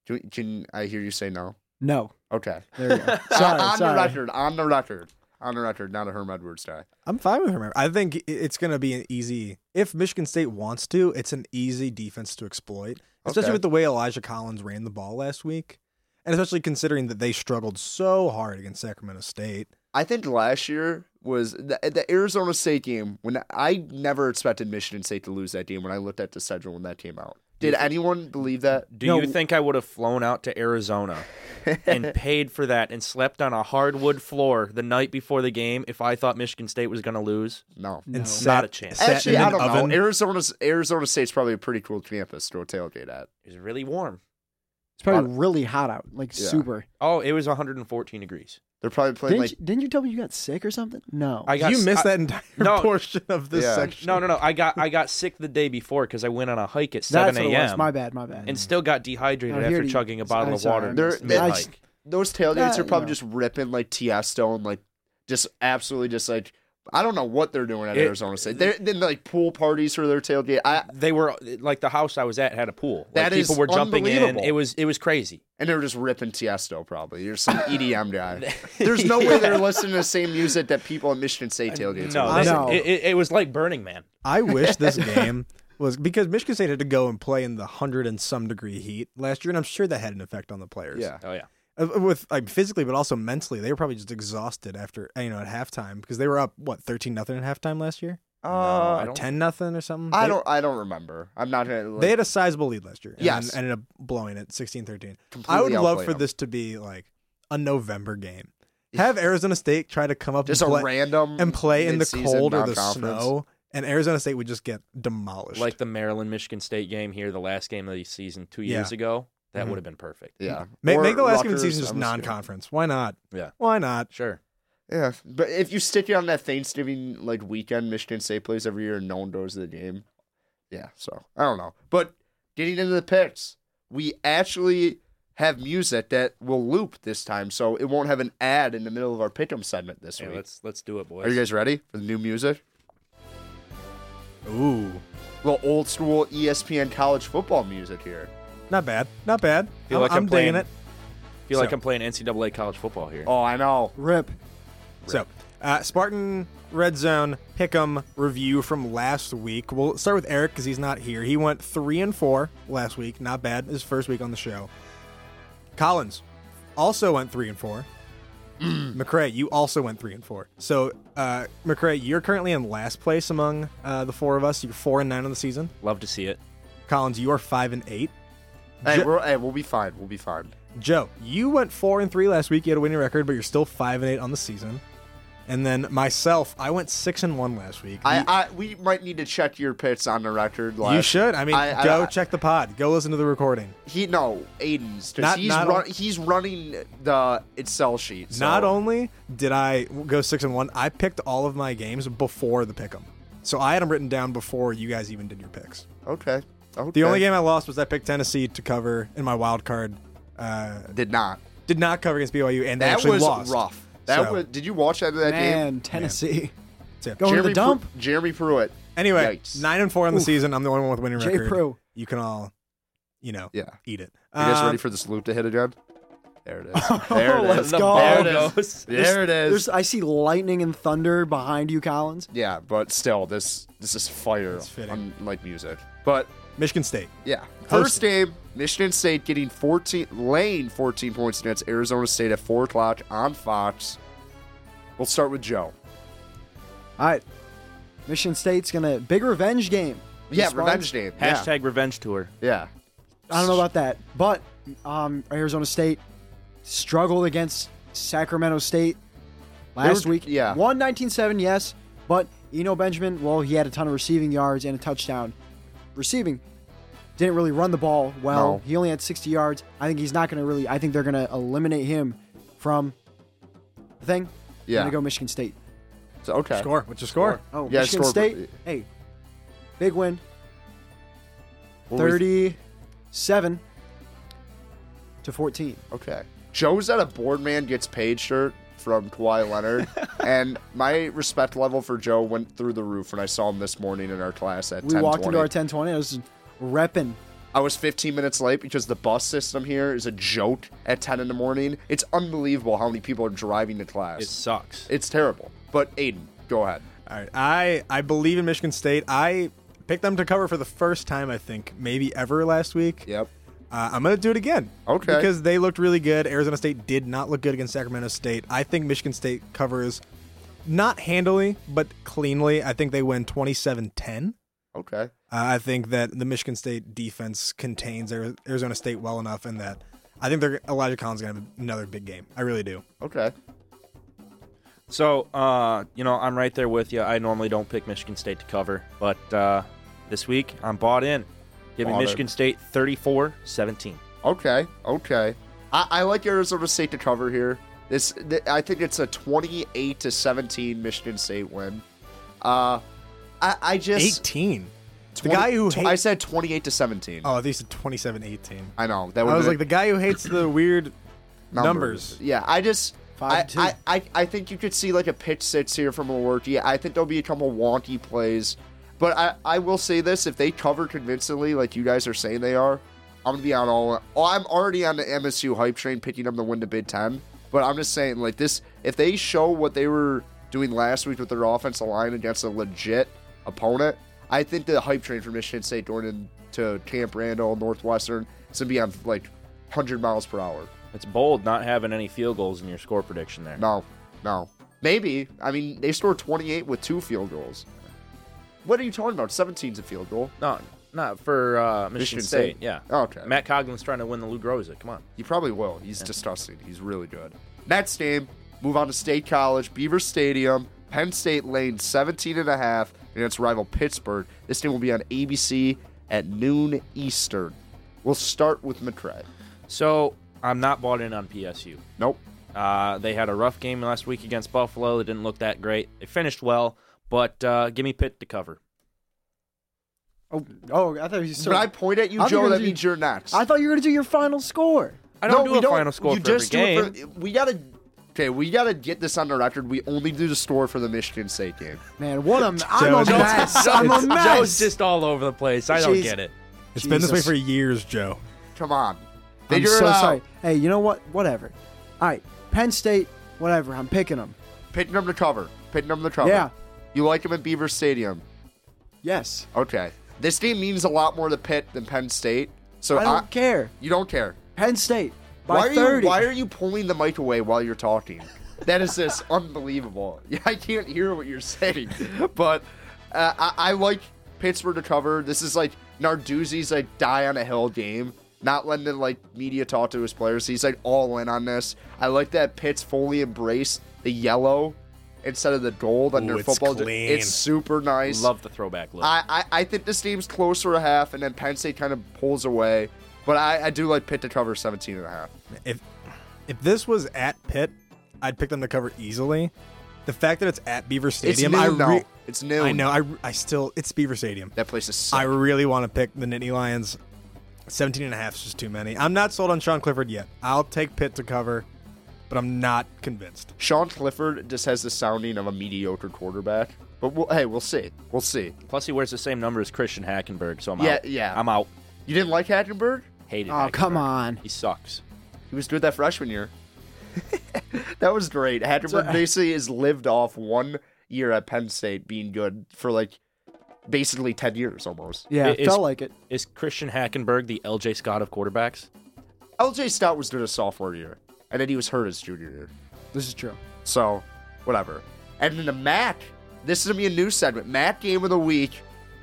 C: Can, can I hear you say no?
E: No.
C: Okay.
E: There you go.
C: So
E: Sorry,
C: on
E: sorry.
C: the record, on the record, on the record, not a Herm Edwards guy.
D: I'm fine with Herm. Edwards. I think i- it's going to be an easy. If Michigan State wants to, it's an easy defense to exploit, especially
C: Okay.
D: with the way Elijah Collins ran the ball last week, and especially considering that they struggled so hard against Sacramento State.
C: I think last year was the, the Arizona State game when I never expected Michigan State to lose that game when I looked at the schedule when that came out. Did anyone believe that?
F: Do
D: No.
F: you think I would have flown out to Arizona and paid for that and slept on a hardwood floor the night before the game if I thought Michigan State was going to lose?
C: No.
E: No.
D: And sat,
F: a chance.
D: sat
C: Actually,
D: in
C: I
D: an
C: don't
D: oven.
C: know. Arizona's Arizona State's probably a pretty cool campus to tailgate at.
F: It was really warm.
E: It's probably really hot out, like
C: Yeah.
E: super.
F: Oh, it was 114 degrees.
C: They're probably playing
E: Didn't,
C: like
E: you, didn't you tell me you got sick or something? No.
F: I got
D: you
F: s-
D: missed
F: I-
D: that entire
F: No.
D: portion of this
C: Yeah.
D: section.
F: No, no, no. I got I got sick the day before because I went on a hike at
E: That's
F: 7
E: what it was. My
F: a.m.
E: bad. My bad.
F: and still got dehydrated
E: I hear
F: after
E: you.
F: chugging a
E: I'm
F: bottle of
E: sorry,
F: water
E: I
C: They're-
E: missed it.
C: mid-hike.
E: I
F: mid
E: just-
F: hike.
C: those tailgates
E: Yeah,
C: are probably
E: you know.
C: just ripping like Tiesto and like just absolutely just like I don't know what they're doing at
F: It-
C: Arizona State. They're then like pool parties for their tailgate. I
F: They were like the house I was at had a pool. Like,
C: That is
F: people were jumping in.
C: unbelievable.
F: It was it was crazy.
C: And they were just ripping Tiesto, probably. You're some EDM guy. There's no way they're listening to the same music that people at Michigan State tailgates.
F: Uh, No,
C: are
F: they-
E: No.
F: It, it, it was like Burning Man.
D: I wish this game was because Michigan State had to go and play in the hundred and some degree heat last year, and I'm sure that had an effect on the players.
C: Yeah.
F: Oh yeah.
D: Uh, with like physically, but also mentally, they were probably just exhausted after you know at halftime because they were up what thirteen nothing at halftime last year,
F: I
D: or
F: don't-
D: ten nothing or something.
C: Uh, I
D: They-
C: don't. I don't remember. I'm not gonna. Like,
D: They had a sizable lead last year. And
C: Yes.
D: then ended up blowing it 16-13. I
C: Completely
D: would love
C: outplayed
D: for
C: them.
D: this to be like a November game. Have Arizona State try to come up
C: just
D: and
C: a
D: play,
C: random
D: and play in the
C: mid-season
D: cold or the
C: non-conference.
D: snow, and Arizona State would just get demolished.
F: like the Maryland Michigan State game here, the last game of the season two
D: Yeah.
F: years ago. That
D: Mhm.
F: would have been perfect.
C: Yeah.
D: make,
C: Or
D: make the last game of
C: Rutgers,
D: the season just
C: I'm assuming.
D: non-conference. Why not?
F: Yeah.
D: Why not?
F: Sure.
C: Yeah, but if you stick it on that Thanksgiving like weekend, Michigan State plays every year, and no one goes to the game. Yeah, so I don't know. But getting into the picks, we actually have music that will loop this time, so it won't have an ad in the middle of our pick'em segment this
F: Yeah,
C: week.
F: let's let's do it, boys.
C: Are you guys ready for the new music?
D: Ooh,
C: Well, old school E ESPN college football music here.
D: not bad. Not bad.
F: Feel
D: I'm,
F: like I'm
D: I'm digging
F: playing-
D: it.
F: feel like
D: So-
F: I'm playing NCAA college football here.
C: Oh, I know.
E: Rip.
D: So Uh, Spartan Red Zone Pick'em review from last week. We'll start with Eric because he's not here. He went three and four last week. Not bad. His first week on the show. Collins also went three and four. McRae, you also went three and four. So, uh, McRae, you're currently in last place among uh, the four of us. You're four and nine on the season.
F: Love to see it.
D: Collins, you are five and eight.
C: Hey,
D: Jo-
C: we're, hey, we'll be fine. We'll be fine.
D: Joe, you went four and three last week. You had a winning record, but you're still five and eight on the season. And then myself, I went six and one last week. You-
C: I, I we might need to check your pits on the record.
D: you
C: last-
D: should. I mean,
C: I- I-
D: go
C: I-
D: check the pod. Go listen to the recording.
C: He no, Aiden's. 'cause
D: Not-
C: he's
D: not
C: run,
D: on-
C: he's running the Excel sheet. so-
D: Not only did I go six and one, I picked all of my games before the pick 'em. So I had them written down before you guys even did your picks.
C: okay. okay.
D: The only game I lost was I picked Tennessee to cover in my wild card. Uh,
C: did not.
D: did not cover against BYU, and they
C: That
D: actually
C: was
D: lost.
C: rough. That
D: So-
C: was. Did you watch out of that game?
E: Man, Tennessee.
D: That's it.
E: Going to
C: Jeremy
E: the dump.
C: Pru- Jeremy Pruitt.
D: Anyway,
C: Yikes.
D: nine and four on the season. I'm the only one with a winning
E: Jay
D: record.
E: Pro.
D: You can all, you know,
C: Yeah.
D: eat it.
C: You guys
D: Um,
C: ready for this loop to hit again? There it is. There it
E: Let's
C: is.
F: The
E: go.
C: There it
F: ball
C: is.
F: goes.
C: There it
E: There's,
C: is.
E: I see lightning and thunder behind you, Collins.
C: Yeah, but still, this this is fire.
D: It's fitting.
C: on, like music, but
D: Michigan State?
C: Yeah.
D: First-
C: First game, Michigan State getting 14, laying 14 points against Arizona State at 4 o'clock on Fox. We'll start with Joe.
E: All right. Michigan State's going to big revenge game.
C: Yeah,
E: This one.
C: revenge game. Yeah.
F: Hashtag revenge tour.
C: Yeah.
E: I don't know about that, but um, Arizona State struggled against Sacramento State last
C: They were-
E: week.
C: yeah.
E: won 19-7, yes, but Eno Benjamin, well, he had a ton of receiving yards and a touchdown. Receiving didn't really run the ball well.
C: No.
E: He only had 60 yards. I think he's not going to really. I think they're going to eliminate him from the thing.
C: Yeah.
E: I'm going to go Michigan State.
C: So, okay.
D: Score. What's your score?
E: Oh,
C: Yeah,
E: Michigan
C: score-
E: State. Hey, big win.
C: What were we-
E: 37 to 14.
C: Okay. Joe's at a board man gets paid shirt from Kawhi Leonard. and my respect level for Joe went through the roof when I saw him this morning in our class at
E: We
C: 10
E: walked into our 1020. I was repping.
C: I was 15 minutes late because the bus system here is a joke at 10 in the morning. It's unbelievable how many people are driving to class.
F: It sucks.
C: It's terrible. But Aiden, go ahead.
D: All right. I I believe in Michigan State. I picked them to cover for the first time, I think, maybe ever last week.
C: Yep.
D: Uh, I'm gonna do it again.
C: Okay.
D: Because they looked really good. Arizona State did not look good against Sacramento State. I think Michigan State covers, not handily but cleanly. I think they win 27-10.
C: Okay.
D: Uh, I think that the Michigan State defense contains Ari- Arizona State well enough, and that I think they're, Elijah Collins is gonna have another big game. I really do.
C: Okay.
F: So, uh, you know, I'm right there with you. I normally don't pick Michigan State to cover, but uh, this week I'm bought in. Give me
C: Bought in.
F: Michigan State 34 17.
C: Okay. Okay. I, I like Arizona State to cover here. This th- I think it's a 28 to 17 Michigan State win. Uh I, I just
D: 18. The
C: 20
D: guy who
C: tw-
D: hates.
C: I said 28 to 17.
D: Oh, these are 27 18.
C: I know. That
D: I was
C: would've
D: like, the
C: been
D: guy who hates the weird numbers.
C: Yeah, I just I,
E: Five, two.
C: I, I I think you could see like a pitch sits here from Milwaukee. I think there'll be a couple wonky plays. But I, I will say this, if they cover convincingly like you guys are saying they are, I'm gonna be on all oh, I'm already on the MSU hype train picking them to win the Big Ten. But I'm just saying like this if they show what they were doing last week with their offensive line against a legit opponent, I think the hype train for Michigan State going into Camp Randall, Northwestern, it's gonna be on like hundred miles per hour.
F: It's bold not having any field goals in your score prediction there.
C: No, no. Maybe. I mean, they scored 28 with two field goals. What are you talking about? 17's a field goal.
F: No, not for uh, Michigan,
C: Michigan
F: State.
C: State.
F: Yeah.
C: Oh, okay.
F: Matt Coughlin's trying to win the Lou Groza. Come on.
C: He probably will. He's disgusting. He's really good. Next game, move on to State College, Beaver Stadium, Penn State Lane, 17 and a half against rival Pittsburgh. This game will be on ABC at noon Eastern. We'll start with McCray.
F: So I'm not bought in on PSU.
C: Nope.
F: Uh, they had a rough game last week against Buffalo. They didn't look that great. They finished well, but uh, give me Pitt to cover.
E: Oh, oh, I thought you. So,
C: when I point at you,
E: I thought you
C: Joe,
E: were
C: that
E: gonna do-
C: means you're next.
E: I thought you were gonna do your final score.
F: I don't
C: no,
F: do
C: we
F: a final score
C: you
F: for
C: just
F: every
C: do
F: game.
C: It for, we gotta. Okay, we gotta get this on the record. We only do the score for the Michigan State game.
E: Man, what a I'm a
D: Joe-
E: mess. I'm a
F: Joe's
E: mess.
F: just all over the place. I don't
E: Jeez.
F: get it.
D: It's been this way
E: Jesus.
D: for years, Joe.
C: Come on,
E: I'm
C: figure
E: so
C: it out.
E: sorry. Hey, you know what? Whatever. All right, Penn State. Whatever. I'm picking them.
C: Picking him to cover. Picking him to cover.
E: Yeah.
C: You like him at Beaver Stadium.
E: Yes.
C: Okay. This team means a lot more to Pitt than Penn State. So
E: I don't care.
C: You don't care.
E: Penn State by
C: Why are,
E: 30.
C: you, why are you pulling the mic away while you're talking? That is just unbelievable. Yeah, I can't hear what you're saying. But uh, I, I like Pittsburgh to cover. This is like Narduzzi's like die on a hill game. Not letting the like media talk to his players. He's like all in on this. I like that Pitts fully embraced the yellow instead of the gold on
D: Ooh,
C: their
D: it's
C: football.
D: clean.
C: It's super nice.
F: Love the throwback look.
C: I, I, I think this team's closer to half, and then Penn State kind of pulls away. But I, I do like Pitt to cover 17 and a half.
D: If if this was at Pitt, I'd pick them to cover easily. The fact that it's at Beaver
C: It's
D: Stadium,
C: noon
D: I
C: now.
D: re-
C: It's noon.
D: I know. I, I still it's Beaver Stadium.
C: That place is
D: I
C: so
D: really want to pick the Nittany Lions. 17 and a half is just too many. I'm not sold on Sean Clifford yet. I'll take Pitt to cover, but I'm not convinced.
C: Sean Clifford just has the sounding of a mediocre quarterback. But we'll, hey, we'll see. We'll see.
F: Plus, he wears the same number as Christian Hackenberg, so I'm
C: Yeah,
F: out.
C: yeah.
F: I'm out.
C: You didn't like Hackenberg?
F: Hated.
E: Oh, come
F: Hackenberg.
E: on.
F: He sucks.
C: He was good that freshman year. that was great. Hackenberg basically has lived off one year at Penn State being good for like basically 10 years almost.
E: yeah,
F: It is-
E: felt like it.
F: Is Christian Hackenberg the LJ Scott of quarterbacks?
C: LJ Stout was good his sophomore year, and then he was hurt his junior year.
E: This is true.
C: So, whatever. And then the Mac. This is gonna be a new segment. Mac game of the week.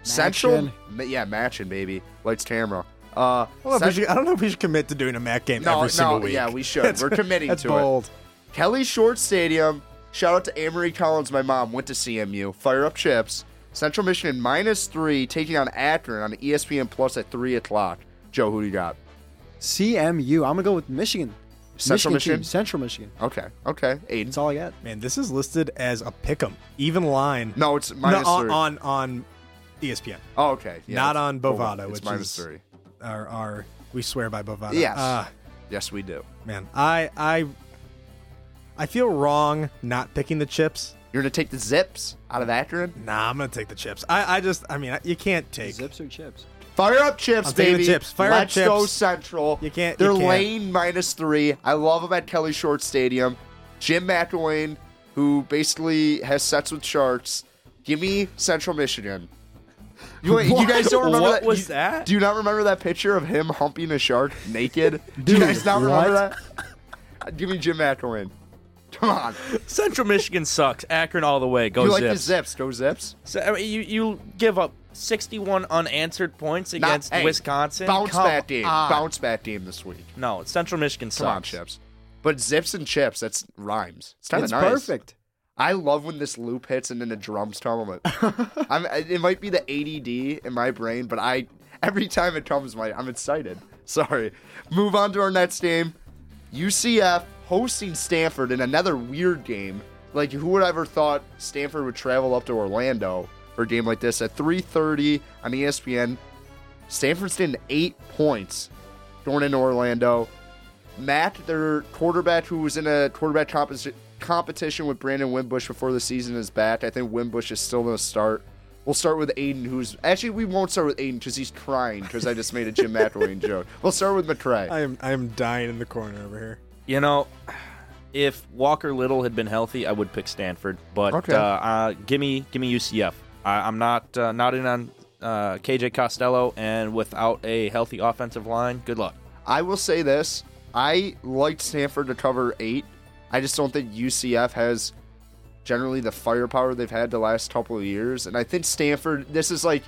C: Central. Ma- Yeah, matching baby. Lights camera. Uh,
D: I don't, know if
C: Cent-
D: we should, I don't know if we should commit to doing a MAC game
C: No,
D: every single
C: no,
D: week.
C: yeah, we should. We're committing
D: that's
C: to it.
D: bold.
C: Kelly Short Stadium. Shout out to Amory Collins. My mom went to CMU. Fire up chips. Central Michigan minus three taking on Akron on E ESPN Plus at three o'clock. Joe, who do you got?
E: CMU. I'm going to go with Michigan.
C: Central Michigan?
E: team, Central Michigan.
C: Okay, okay. Aiden.
E: That's all I got.
D: Man, this is listed as a pick'em, even line.
C: No, it's
D: No,
C: minus
D: on,
C: three.
D: on on E ESPN
C: oh, okay. Yeah,
D: Not
C: it's-
D: on Bovada,
C: It's
D: which
C: minus
D: is-
C: three.
D: or our we swear by Bovada.
C: Yes.
D: Ah,
C: Yes, we do.
D: man, I I I feel wrong not picking the chips.
C: You're gonna take the zips out of Akron.
D: Nah, I'm gonna take the chips. I I just I mean you can't take
E: Zips or chips?
C: Fire up chips,
D: I'm taking the
C: baby.
D: chips. Fire up
C: Let's go
D: chips.
C: Central.
D: You can't-
C: They're
D: you can't.
C: laying minus three. I love them at Kelly Short Stadium. Jim McElwain, who basically has sets with sharks. Give me Central Michigan. You, wait, you guys don't remember
F: What
C: that?
F: was
C: you-
F: that?
C: Do you not remember that picture of him humping a shark naked? do you guys not remember that? Give me Jim McElwain. Come on.
F: Central Michigan sucks. Akron all the way. Go
C: you
F: Zips.
C: like the zips? Go zips.
F: So, I mean, you you give up 61 unanswered points
C: Not-
F: against
C: hey,
F: Wisconsin.
C: Bounce
F: Come
C: back game.
F: on.
C: Bounce back game this week.
F: No, Central Michigan sucks.
C: Come on, chips. But zips and chips, that's rhymes. It's kind of
E: it's
C: nice.
E: perfect.
C: I love when this loop hits and then the drums come. I'm like, I'm, it might be the ADD in my brain, but I every time it comes, my I'm excited. Sorry. Move on to our next game. UCF hosting Stanford in another weird game. Like who would ever thought Stanford would travel up to Orlando for a game like this at 3:30 on E ESPN? Stanford's getting eight points going into Orlando. Matt, their quarterback who was in a quarterback compos- competition with Brandon Wimbush before the season is back. I think Wimbush is still going to start. We'll start with Aiden, who's actually we won't start with Aiden because he's crying because I just made a Jim McElwain joke. We'll start with McCray.
D: I am I am dying in the corner over here.
F: You know, if Walker Little had been healthy, I would pick Stanford. But
C: Okay.
F: uh, uh, give me give me UCF. I, I'm not uh, not in on uh, KJ Costello, and without a healthy offensive line, good luck.
C: I will say this: I liked Stanford to cover eight. I just don't think UCF has generally the firepower they've had the last couple of years, and I think Stanford. This is like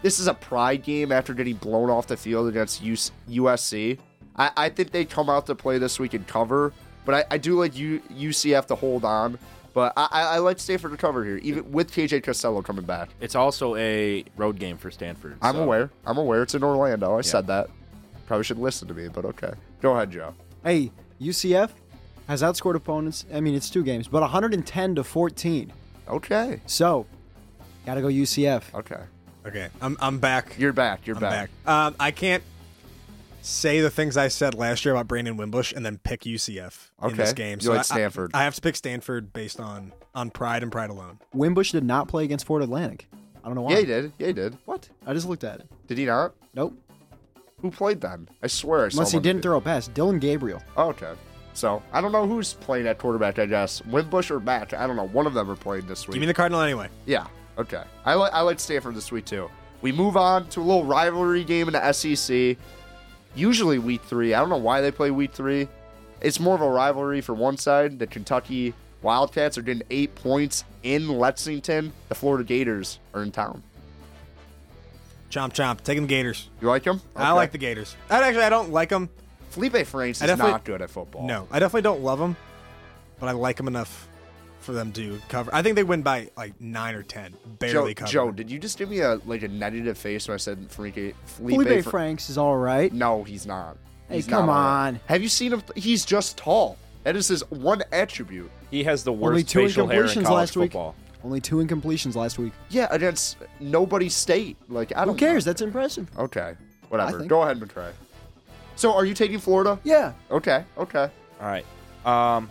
C: this is a pride game after getting blown off the field against US USC. I, I think they come out to play this week and cover, but I, I do like U, UCF to hold on. But I, I, I like Stanford to cover here, even with KJ Costello coming back.
F: It's also a road game for Stanford.
C: I'm
F: so-
C: aware. I'm aware. It's in Orlando. I said that. Probably should listen to me, but okay. Go ahead, Joe.
E: Hey, UCF has outscored opponents. I mean, it's two games, but 110 to 14.
C: Okay.
E: So, got to go UCF.
C: Okay.
D: Okay, I'm I'm back.
C: You're back. You're
D: I'm
C: back.
D: back. Um, I can't say the things I said last year about Brandon Wimbush and then pick UCF in this
C: Okay.
D: game.
C: You like
D: I-
C: Stanford.
D: I, I have to pick Stanford based on on pride and pride alone.
E: Wimbush did not play against Fort Atlantic. I don't know why.
C: Yeah, he did. Yeah, he did.
E: What? I just looked at it.
C: Did he not?
E: Nope.
C: Who played then? I swear I saw
E: Unless he
C: him on
E: didn't
C: the-
E: throw a pass. Dylan Gabriel.
C: Oh, okay. So I don't know who's playing at quarterback. I guess Wimbush or Matt. I don't know. One of them are playing this week.
D: Give me the Cardinal anyway.
C: Yeah. Okay. I like I like Stanford this week too. We move on to a little rivalry game in the SEC. Usually week three. I don't know why they play week three. It's more of a rivalry for one side. The Kentucky Wildcats are getting eight points in Lexington. The Florida Gators are in town.
D: Chomp chomp. Taking the Gators.
C: You like them?
D: I like the Gators. I actually I don't like them.
C: Felipe Franks
D: I
C: is
D: definitely-
C: not good at football.
D: No, I definitely don't love them, but I like them enough for them to cover. I think they win by like nine or ten,
C: Joe,
D: barely cover.
C: Joe, did you just give me a like a negative face when I said Felipe? Felipe,
E: Felipe
C: Fr-
E: Franks is all right.
C: No, he's not.
E: Hey,
C: He's
E: come
C: not all right.
E: on.
C: Have you seen him? He's just tall. That is his one attribute.
F: He has the
E: Only
F: worst
E: two
F: facial hair in
E: incompletions
F: college
E: last week.
F: football.
E: Only two incompletions last week.
C: Yeah, against nobody state. Like I don't.
E: Who cares?
C: know.
E: That's impressive.
C: okay. Whatever.
E: think-
C: Go ahead, McCray. So, are you taking Florida?
E: Yeah.
C: Okay. Okay.
F: All right. Um,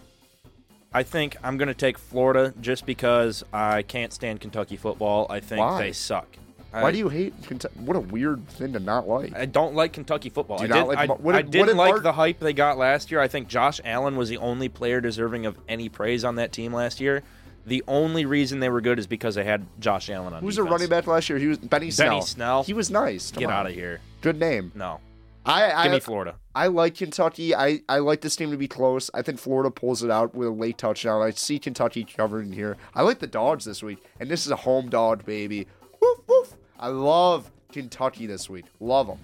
F: I think I'm going to take Florida just because I can't stand Kentucky football. I think
C: Why?
F: they suck.
C: Why do you hate Kentucky? What a weird thing to not like.
F: I don't like Kentucky football.
C: Do
F: I,
C: you not
F: did,
C: like
F: I,
C: mo- what
F: I
C: did- what
F: didn't
C: did
F: like
C: Art-
F: the hype they got last year. I think Josh Allen was the only player deserving of any praise on that team last year. The only reason they were good is because they had Josh Allen on
C: Who's a
F: defense.
C: running back last year? He was Benny Snell.
F: Snell.
C: He was nice. Come
F: Get
C: on.
F: out of here.
C: Good name.
F: No.
C: I I,
F: Give me Florida.
C: I like Kentucky. I, I like this team to be close. I think Florida pulls it out with a late touchdown. I see Kentucky covering here. I like the dogs this week, and this is a home dog, baby. Woof, woof. I love Kentucky this week. Love them.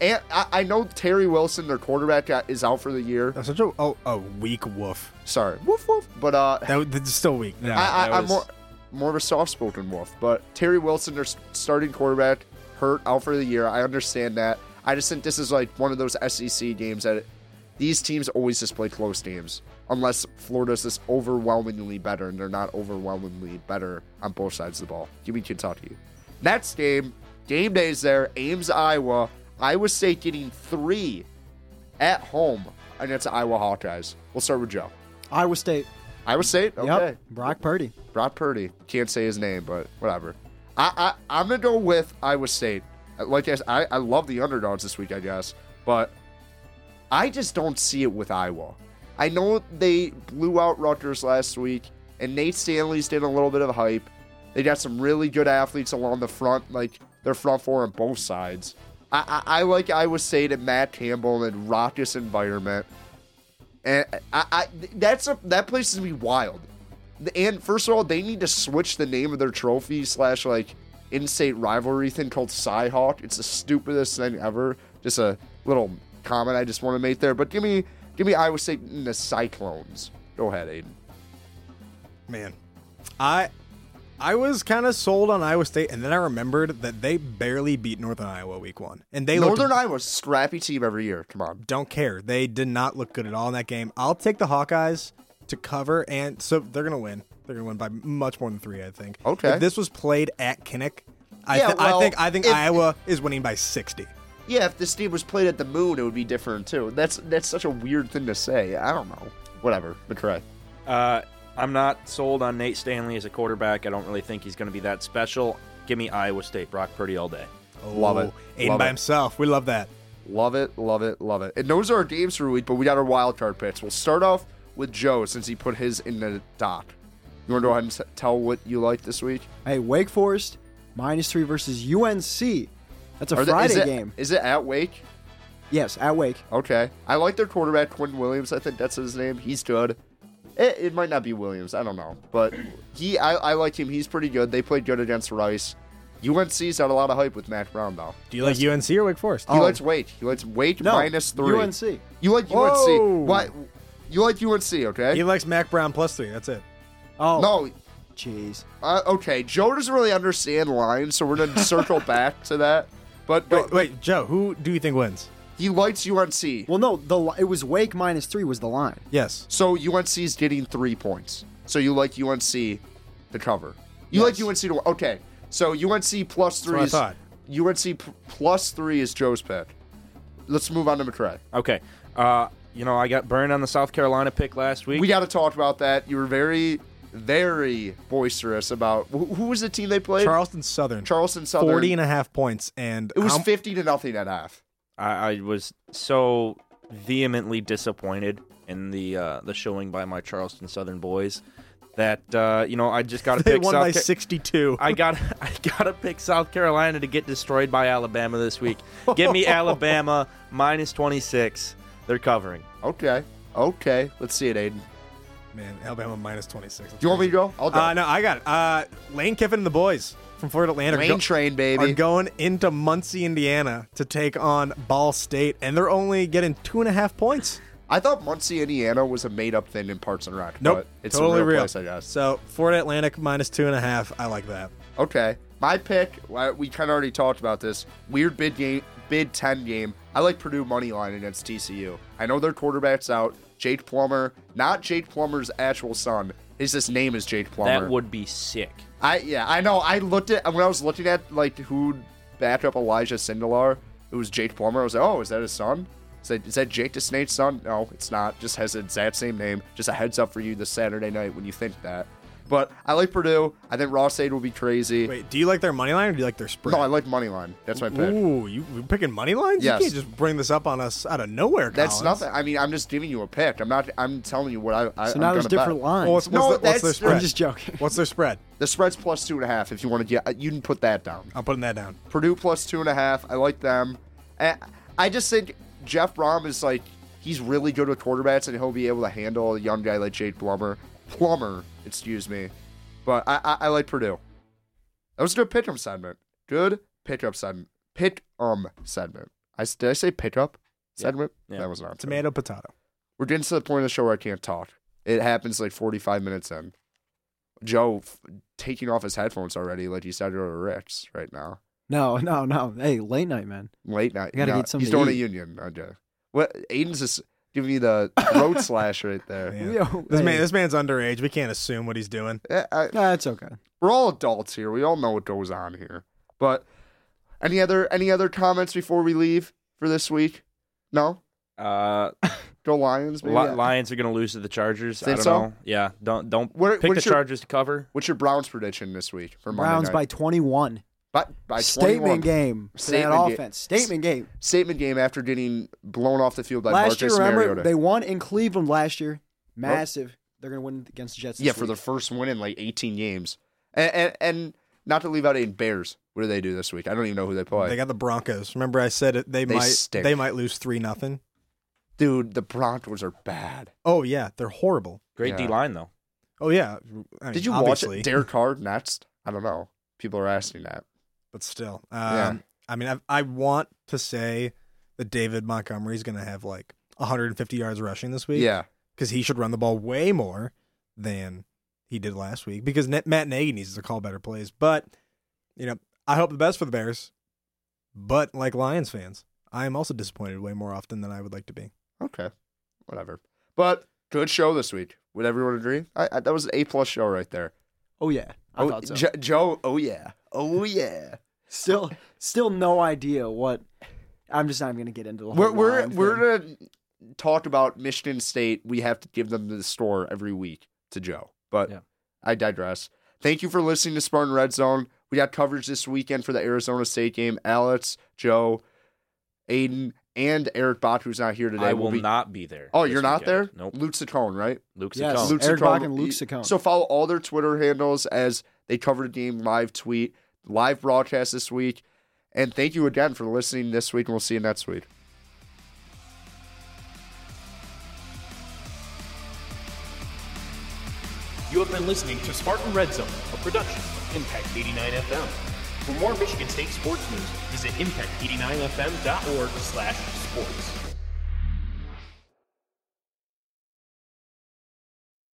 C: And I, I know Terry Wilson, their quarterback, got- is out for the year.
D: That's such a oh, a weak woof.
C: Sorry. Woof, woof. But uh,
D: That that's still weak. No,
C: I,
D: that
C: I, I'm
D: was-
C: more, more of a soft spoken wolf, but Terry Wilson, their s- starting quarterback, hurt out for the year. I understand that. I just think this is like one of those SEC games that these teams always just play close games, unless Florida's just overwhelmingly better, and they're not overwhelmingly better on both sides of the ball. Give me Kentucky. Next game, game days there, Ames, Iowa. Iowa State getting three at home against the Iowa Hawkeyes. We'll start with Joe.
E: Iowa State.
C: Iowa State? Okay.
E: Yep. Brock Purdy.
C: Brock Purdy. Can't say his name, but whatever. I, I I'm gonna go with Iowa State. Like I, said, I I love the underdogs this week, I guess, but I just don't see it with Iowa. I know they blew out Rutgers last week, and Nate Stanley's did a little bit of hype. They got some really good athletes along the front, like their front four on both sides. I, I, I like Iowa State and Matt Campbell and raucous environment. And I, I that's a, that place is gonna be wild. And first of all, they need to switch the name of their trophy slash like in-state rivalry thing called Cyhawk. It's the stupidest thing ever. Just a little comment I just want to make there. But give me give me Iowa State and the Cyclones. Go ahead, Aiden.
D: man. I I was kind of sold on Iowa State, and then I remembered that they barely beat Northern Iowa week one, and they looked
C: Northern Iowa, scrappy team every year. Come on.
D: don't care. They did not look good at all in that game. I'll take the Hawkeyes to cover, and so they're gonna win. They're gonna win by much more than three, I think.
C: Okay.
D: If this was played at Kinnick, I,
C: Yeah,
D: thi-
C: well,
D: I think I think
C: if-
D: Iowa is winning by sixty.
C: Yeah, if this team was played at the moon, it would be different too. That's that's such a weird thing to say. I don't know. Whatever. McCray.
F: Uh, I'm not sold on Nate Stanley as a quarterback. I don't really think he's going to be that special. Give me Iowa State, Brock Purdy all day.
C: Love it.
D: Aiden
C: Love
D: Oh, by
C: it.
D: himself. We love that.
C: Love it, love it, love it. And those are our games for the week, but we got our wild card picks. We'll start off with Joe since he put his in the dock. You want to go ahead and s- tell what you like this week?
E: Hey, Wake Forest minus three versus UNC. That's a
C: Are they-
E: Friday
C: is it,
E: game.
C: Is it at Wake?
E: Yes, at Wake.
C: Okay. I like their quarterback, Quinn Williams. I think that's his name. He's good. It, it might not be Williams. I don't know. But he, I, I like him. He's pretty good. They played good against Rice. UNC's had a lot of hype with Mac Brown, though.
D: Do you like UNC or Wake Forest? Oh,
C: He likes Wake. He likes Wake
E: Oh. No,
C: minus three.
E: UNC.
C: You like UNC.
D: Whoa.
C: Why? You like UNC, okay?
D: He likes Mac Brown plus three. That's it.
E: Oh,
C: no,
E: jeez.
C: Uh, okay, Joe doesn't really understand lines, so we're gonna circle back to that. But
D: Wait, wait, Joe, who do you think wins?
C: he likes UNC,
E: Well, no, the li- it was Wake minus three was the line.
D: Yes.
C: so UNC is getting three points. So you like UNC to cover. You like UNC to okay. So UNC plus three.
D: what I
C: is,
D: thought.
C: UNC p- plus three is Joe's pick. Let's move on to McCray.
F: Okay. Uh, you know, I got burned on the South Carolina pick last week.
C: We got to talk about that. You were very, very boisterous about who, who was the team they played.
D: Charleston Southern.
C: Charleston Southern.
D: 40 and a half points. And
C: It was
D: how-
C: fifty to nothing at half.
F: I, I was so vehemently disappointed in the uh, the showing by my Charleston Southern boys. That uh, you know, I just got to
D: They
F: pick
D: won
F: South
D: by
F: Ca-
D: 62.
F: I got I got to pick South Carolina to get destroyed by Alabama this week. Give me Alabama minus 26. They're covering.
C: Okay. Okay. Let's see it, Aiden.
D: Man, Alabama minus 26.
C: Do you want me to go? I'll go.
D: Uh, no, I got it. Uh, Lane Kiffin and the boys from Florida Atlantic
C: Lane train, baby.
D: are going into Muncie, Indiana to take on Ball State, and they're only getting two and a half points.
C: I thought Muncie, Indiana was a made up thing in Parks and Rec.
D: Nope,
C: But it's
D: totally
C: a real,
D: real.
C: place, I guess.
D: So Florida Atlantic minus two and a half. I like that.
C: Okay. My pick, uh, we kind of already talked about this. Weird bid game, Bid 10 game. I like Purdue money line against TCU. I know their quarterback's out. Jake Plummer, not Jake Plummer's actual son. His his name is Jake Plummer.
F: That would be sick.
C: I yeah, I know. I looked at when I was looking at like who backed up Elijah Sindelar. It was Jake Plummer. I was like, oh, is that his son? Is that, is that Jake the Snake's son? No, it's not. Just has the exact same name. Just a heads up for you this Saturday night when you think that. But I like Purdue. I think Ross Aid will be crazy.
D: Wait, do you like their money line or do you like their spread?
C: no, I like Moneyline. That's my pick.
D: Ooh, you, you're picking money lines?
C: Yes.
D: You can't just bring this up on us out of nowhere.
C: That's
D: Collins.
C: nothing. I mean, I'm just giving you a pick. I'm not. I'm telling you what I. I
E: So
C: I'm
E: now there's
C: gonna bet.
E: different lines.
D: Well, what's, what's
C: No,
D: the-
C: that's-
D: what's their
C: I'm
D: spread?
E: I'm just joking.
D: What's their spread?
C: The spread's plus two and a half. If you want to get, you can put that down.
D: I'm putting that down.
C: Purdue plus two and a half. I like them. I, I just think Jeff Brom is like he's really good with quarterbacks, and he'll be able to handle a young guy like Jade Plummer. Plummer, excuse me. But I, I, I like Purdue. That was a good pickup segment. Good pickup segment. Pick um segment. I s- did I say pickup segment?
F: Yeah.
C: That was not.
D: Tomato, potato.
C: We're getting to the point of the show where I can't talk. It happens like 45 minutes in. Joe f- taking off his headphones already, like he said to Rick's right now
E: No, no, no. Hey, late night, man.
C: late night.
E: You gotta
C: no,
E: get something
C: He's
E: to
C: doing a
E: eat.
C: union. Okay. What? Aiden's just giving me the road slash right there.
D: Man.
E: Yo,
D: this,
E: hey.
D: man, this man's underage. We can't assume what he's doing.
C: Eh, I-
E: That's okay.
C: we're all adults here. We all know what goes on here. But any other any other comments before we leave for this week? No.
F: Uh,
C: Go Lions. Maybe?
F: Li- Lions are going to lose to the Chargers. I
C: Think
F: don't
C: so?
F: know. Yeah, don't don't
C: What-
F: pick
C: what
F: the
C: is your-
F: Chargers to cover.
C: What's your Browns prediction this week for Monday
E: Browns by
C: night?
E: 21.
C: by by
E: Statement
C: 21.
E: game. for
C: Statement
E: that
C: ga-
E: offense. Statement game.
C: Statement game after getting blown off the field by
E: last
C: Marcus
E: year, remember
C: Mariota. Oh.
E: they won in Cleveland last year. Massive. They're gonna win against the Jets.
C: yeah,
E: this
C: for
E: week.
C: their first win in like 18 games. And, and, and not to leave out Aiden Bears. What do they do this week? I don't even know who they play.
D: They got the Broncos. Remember, I said it, they,
C: They
D: might
C: stink.
D: they might lose three nothing.
C: Dude, the Broncos are bad.
D: Oh yeah, they're horrible.
F: Great
C: Yeah.
F: D line though.
D: Oh yeah. I mean,
C: Did you
D: obviously,
C: watch it? Derek Carr next? I don't know. People are asking that.
D: But still, um,
C: Yeah.
D: I mean, I, I want to say that David Montgomery is going to have like 150 yards rushing this week.
C: Yeah.
D: because he should run the ball way more than he did last week because Net- Matt Nagy needs to call better plays. But, you know, I hope the best for the Bears. But like Lions fans, I am also disappointed way more often than I would like to be.
C: Okay. Whatever. But good show this week. Would everyone agree? I, I, that was an A plus show right there.
E: Oh yeah. I
C: oh,
E: thought so.
C: Jo- Joe. Oh yeah. Oh yeah.
E: still, still no idea what. I'm just not even gonna get into the whole
C: We're we're
E: line thing.
C: we're gonna talk about Michigan State. We have to give them the store every week to Joe. But
F: Yeah.
C: I digress. Thank you for listening to Spartan Red Zone. We got coverage this weekend for the Arizona State game. Alex, Joe, Aiden, and Eric Bott, who's not here today.
F: I
C: will
F: will
C: be-
F: not be there.
C: Oh,
F: this
C: you're not
F: weekend.
C: there?
F: Nope.
C: Luke Saccone, right?
F: Luke's
E: Yes.
F: yes.
E: Luke Eric Bach and Luke Saccone.
C: So follow all their Twitter handles as they cover the game live tweet, live broadcast this week. And thank you again for listening this week, and we'll see you next week.
B: You have been listening to Spartan Red Zone, a production of Impact 89 FM. For more Michigan State sports news, visit impact89fm.org/sports.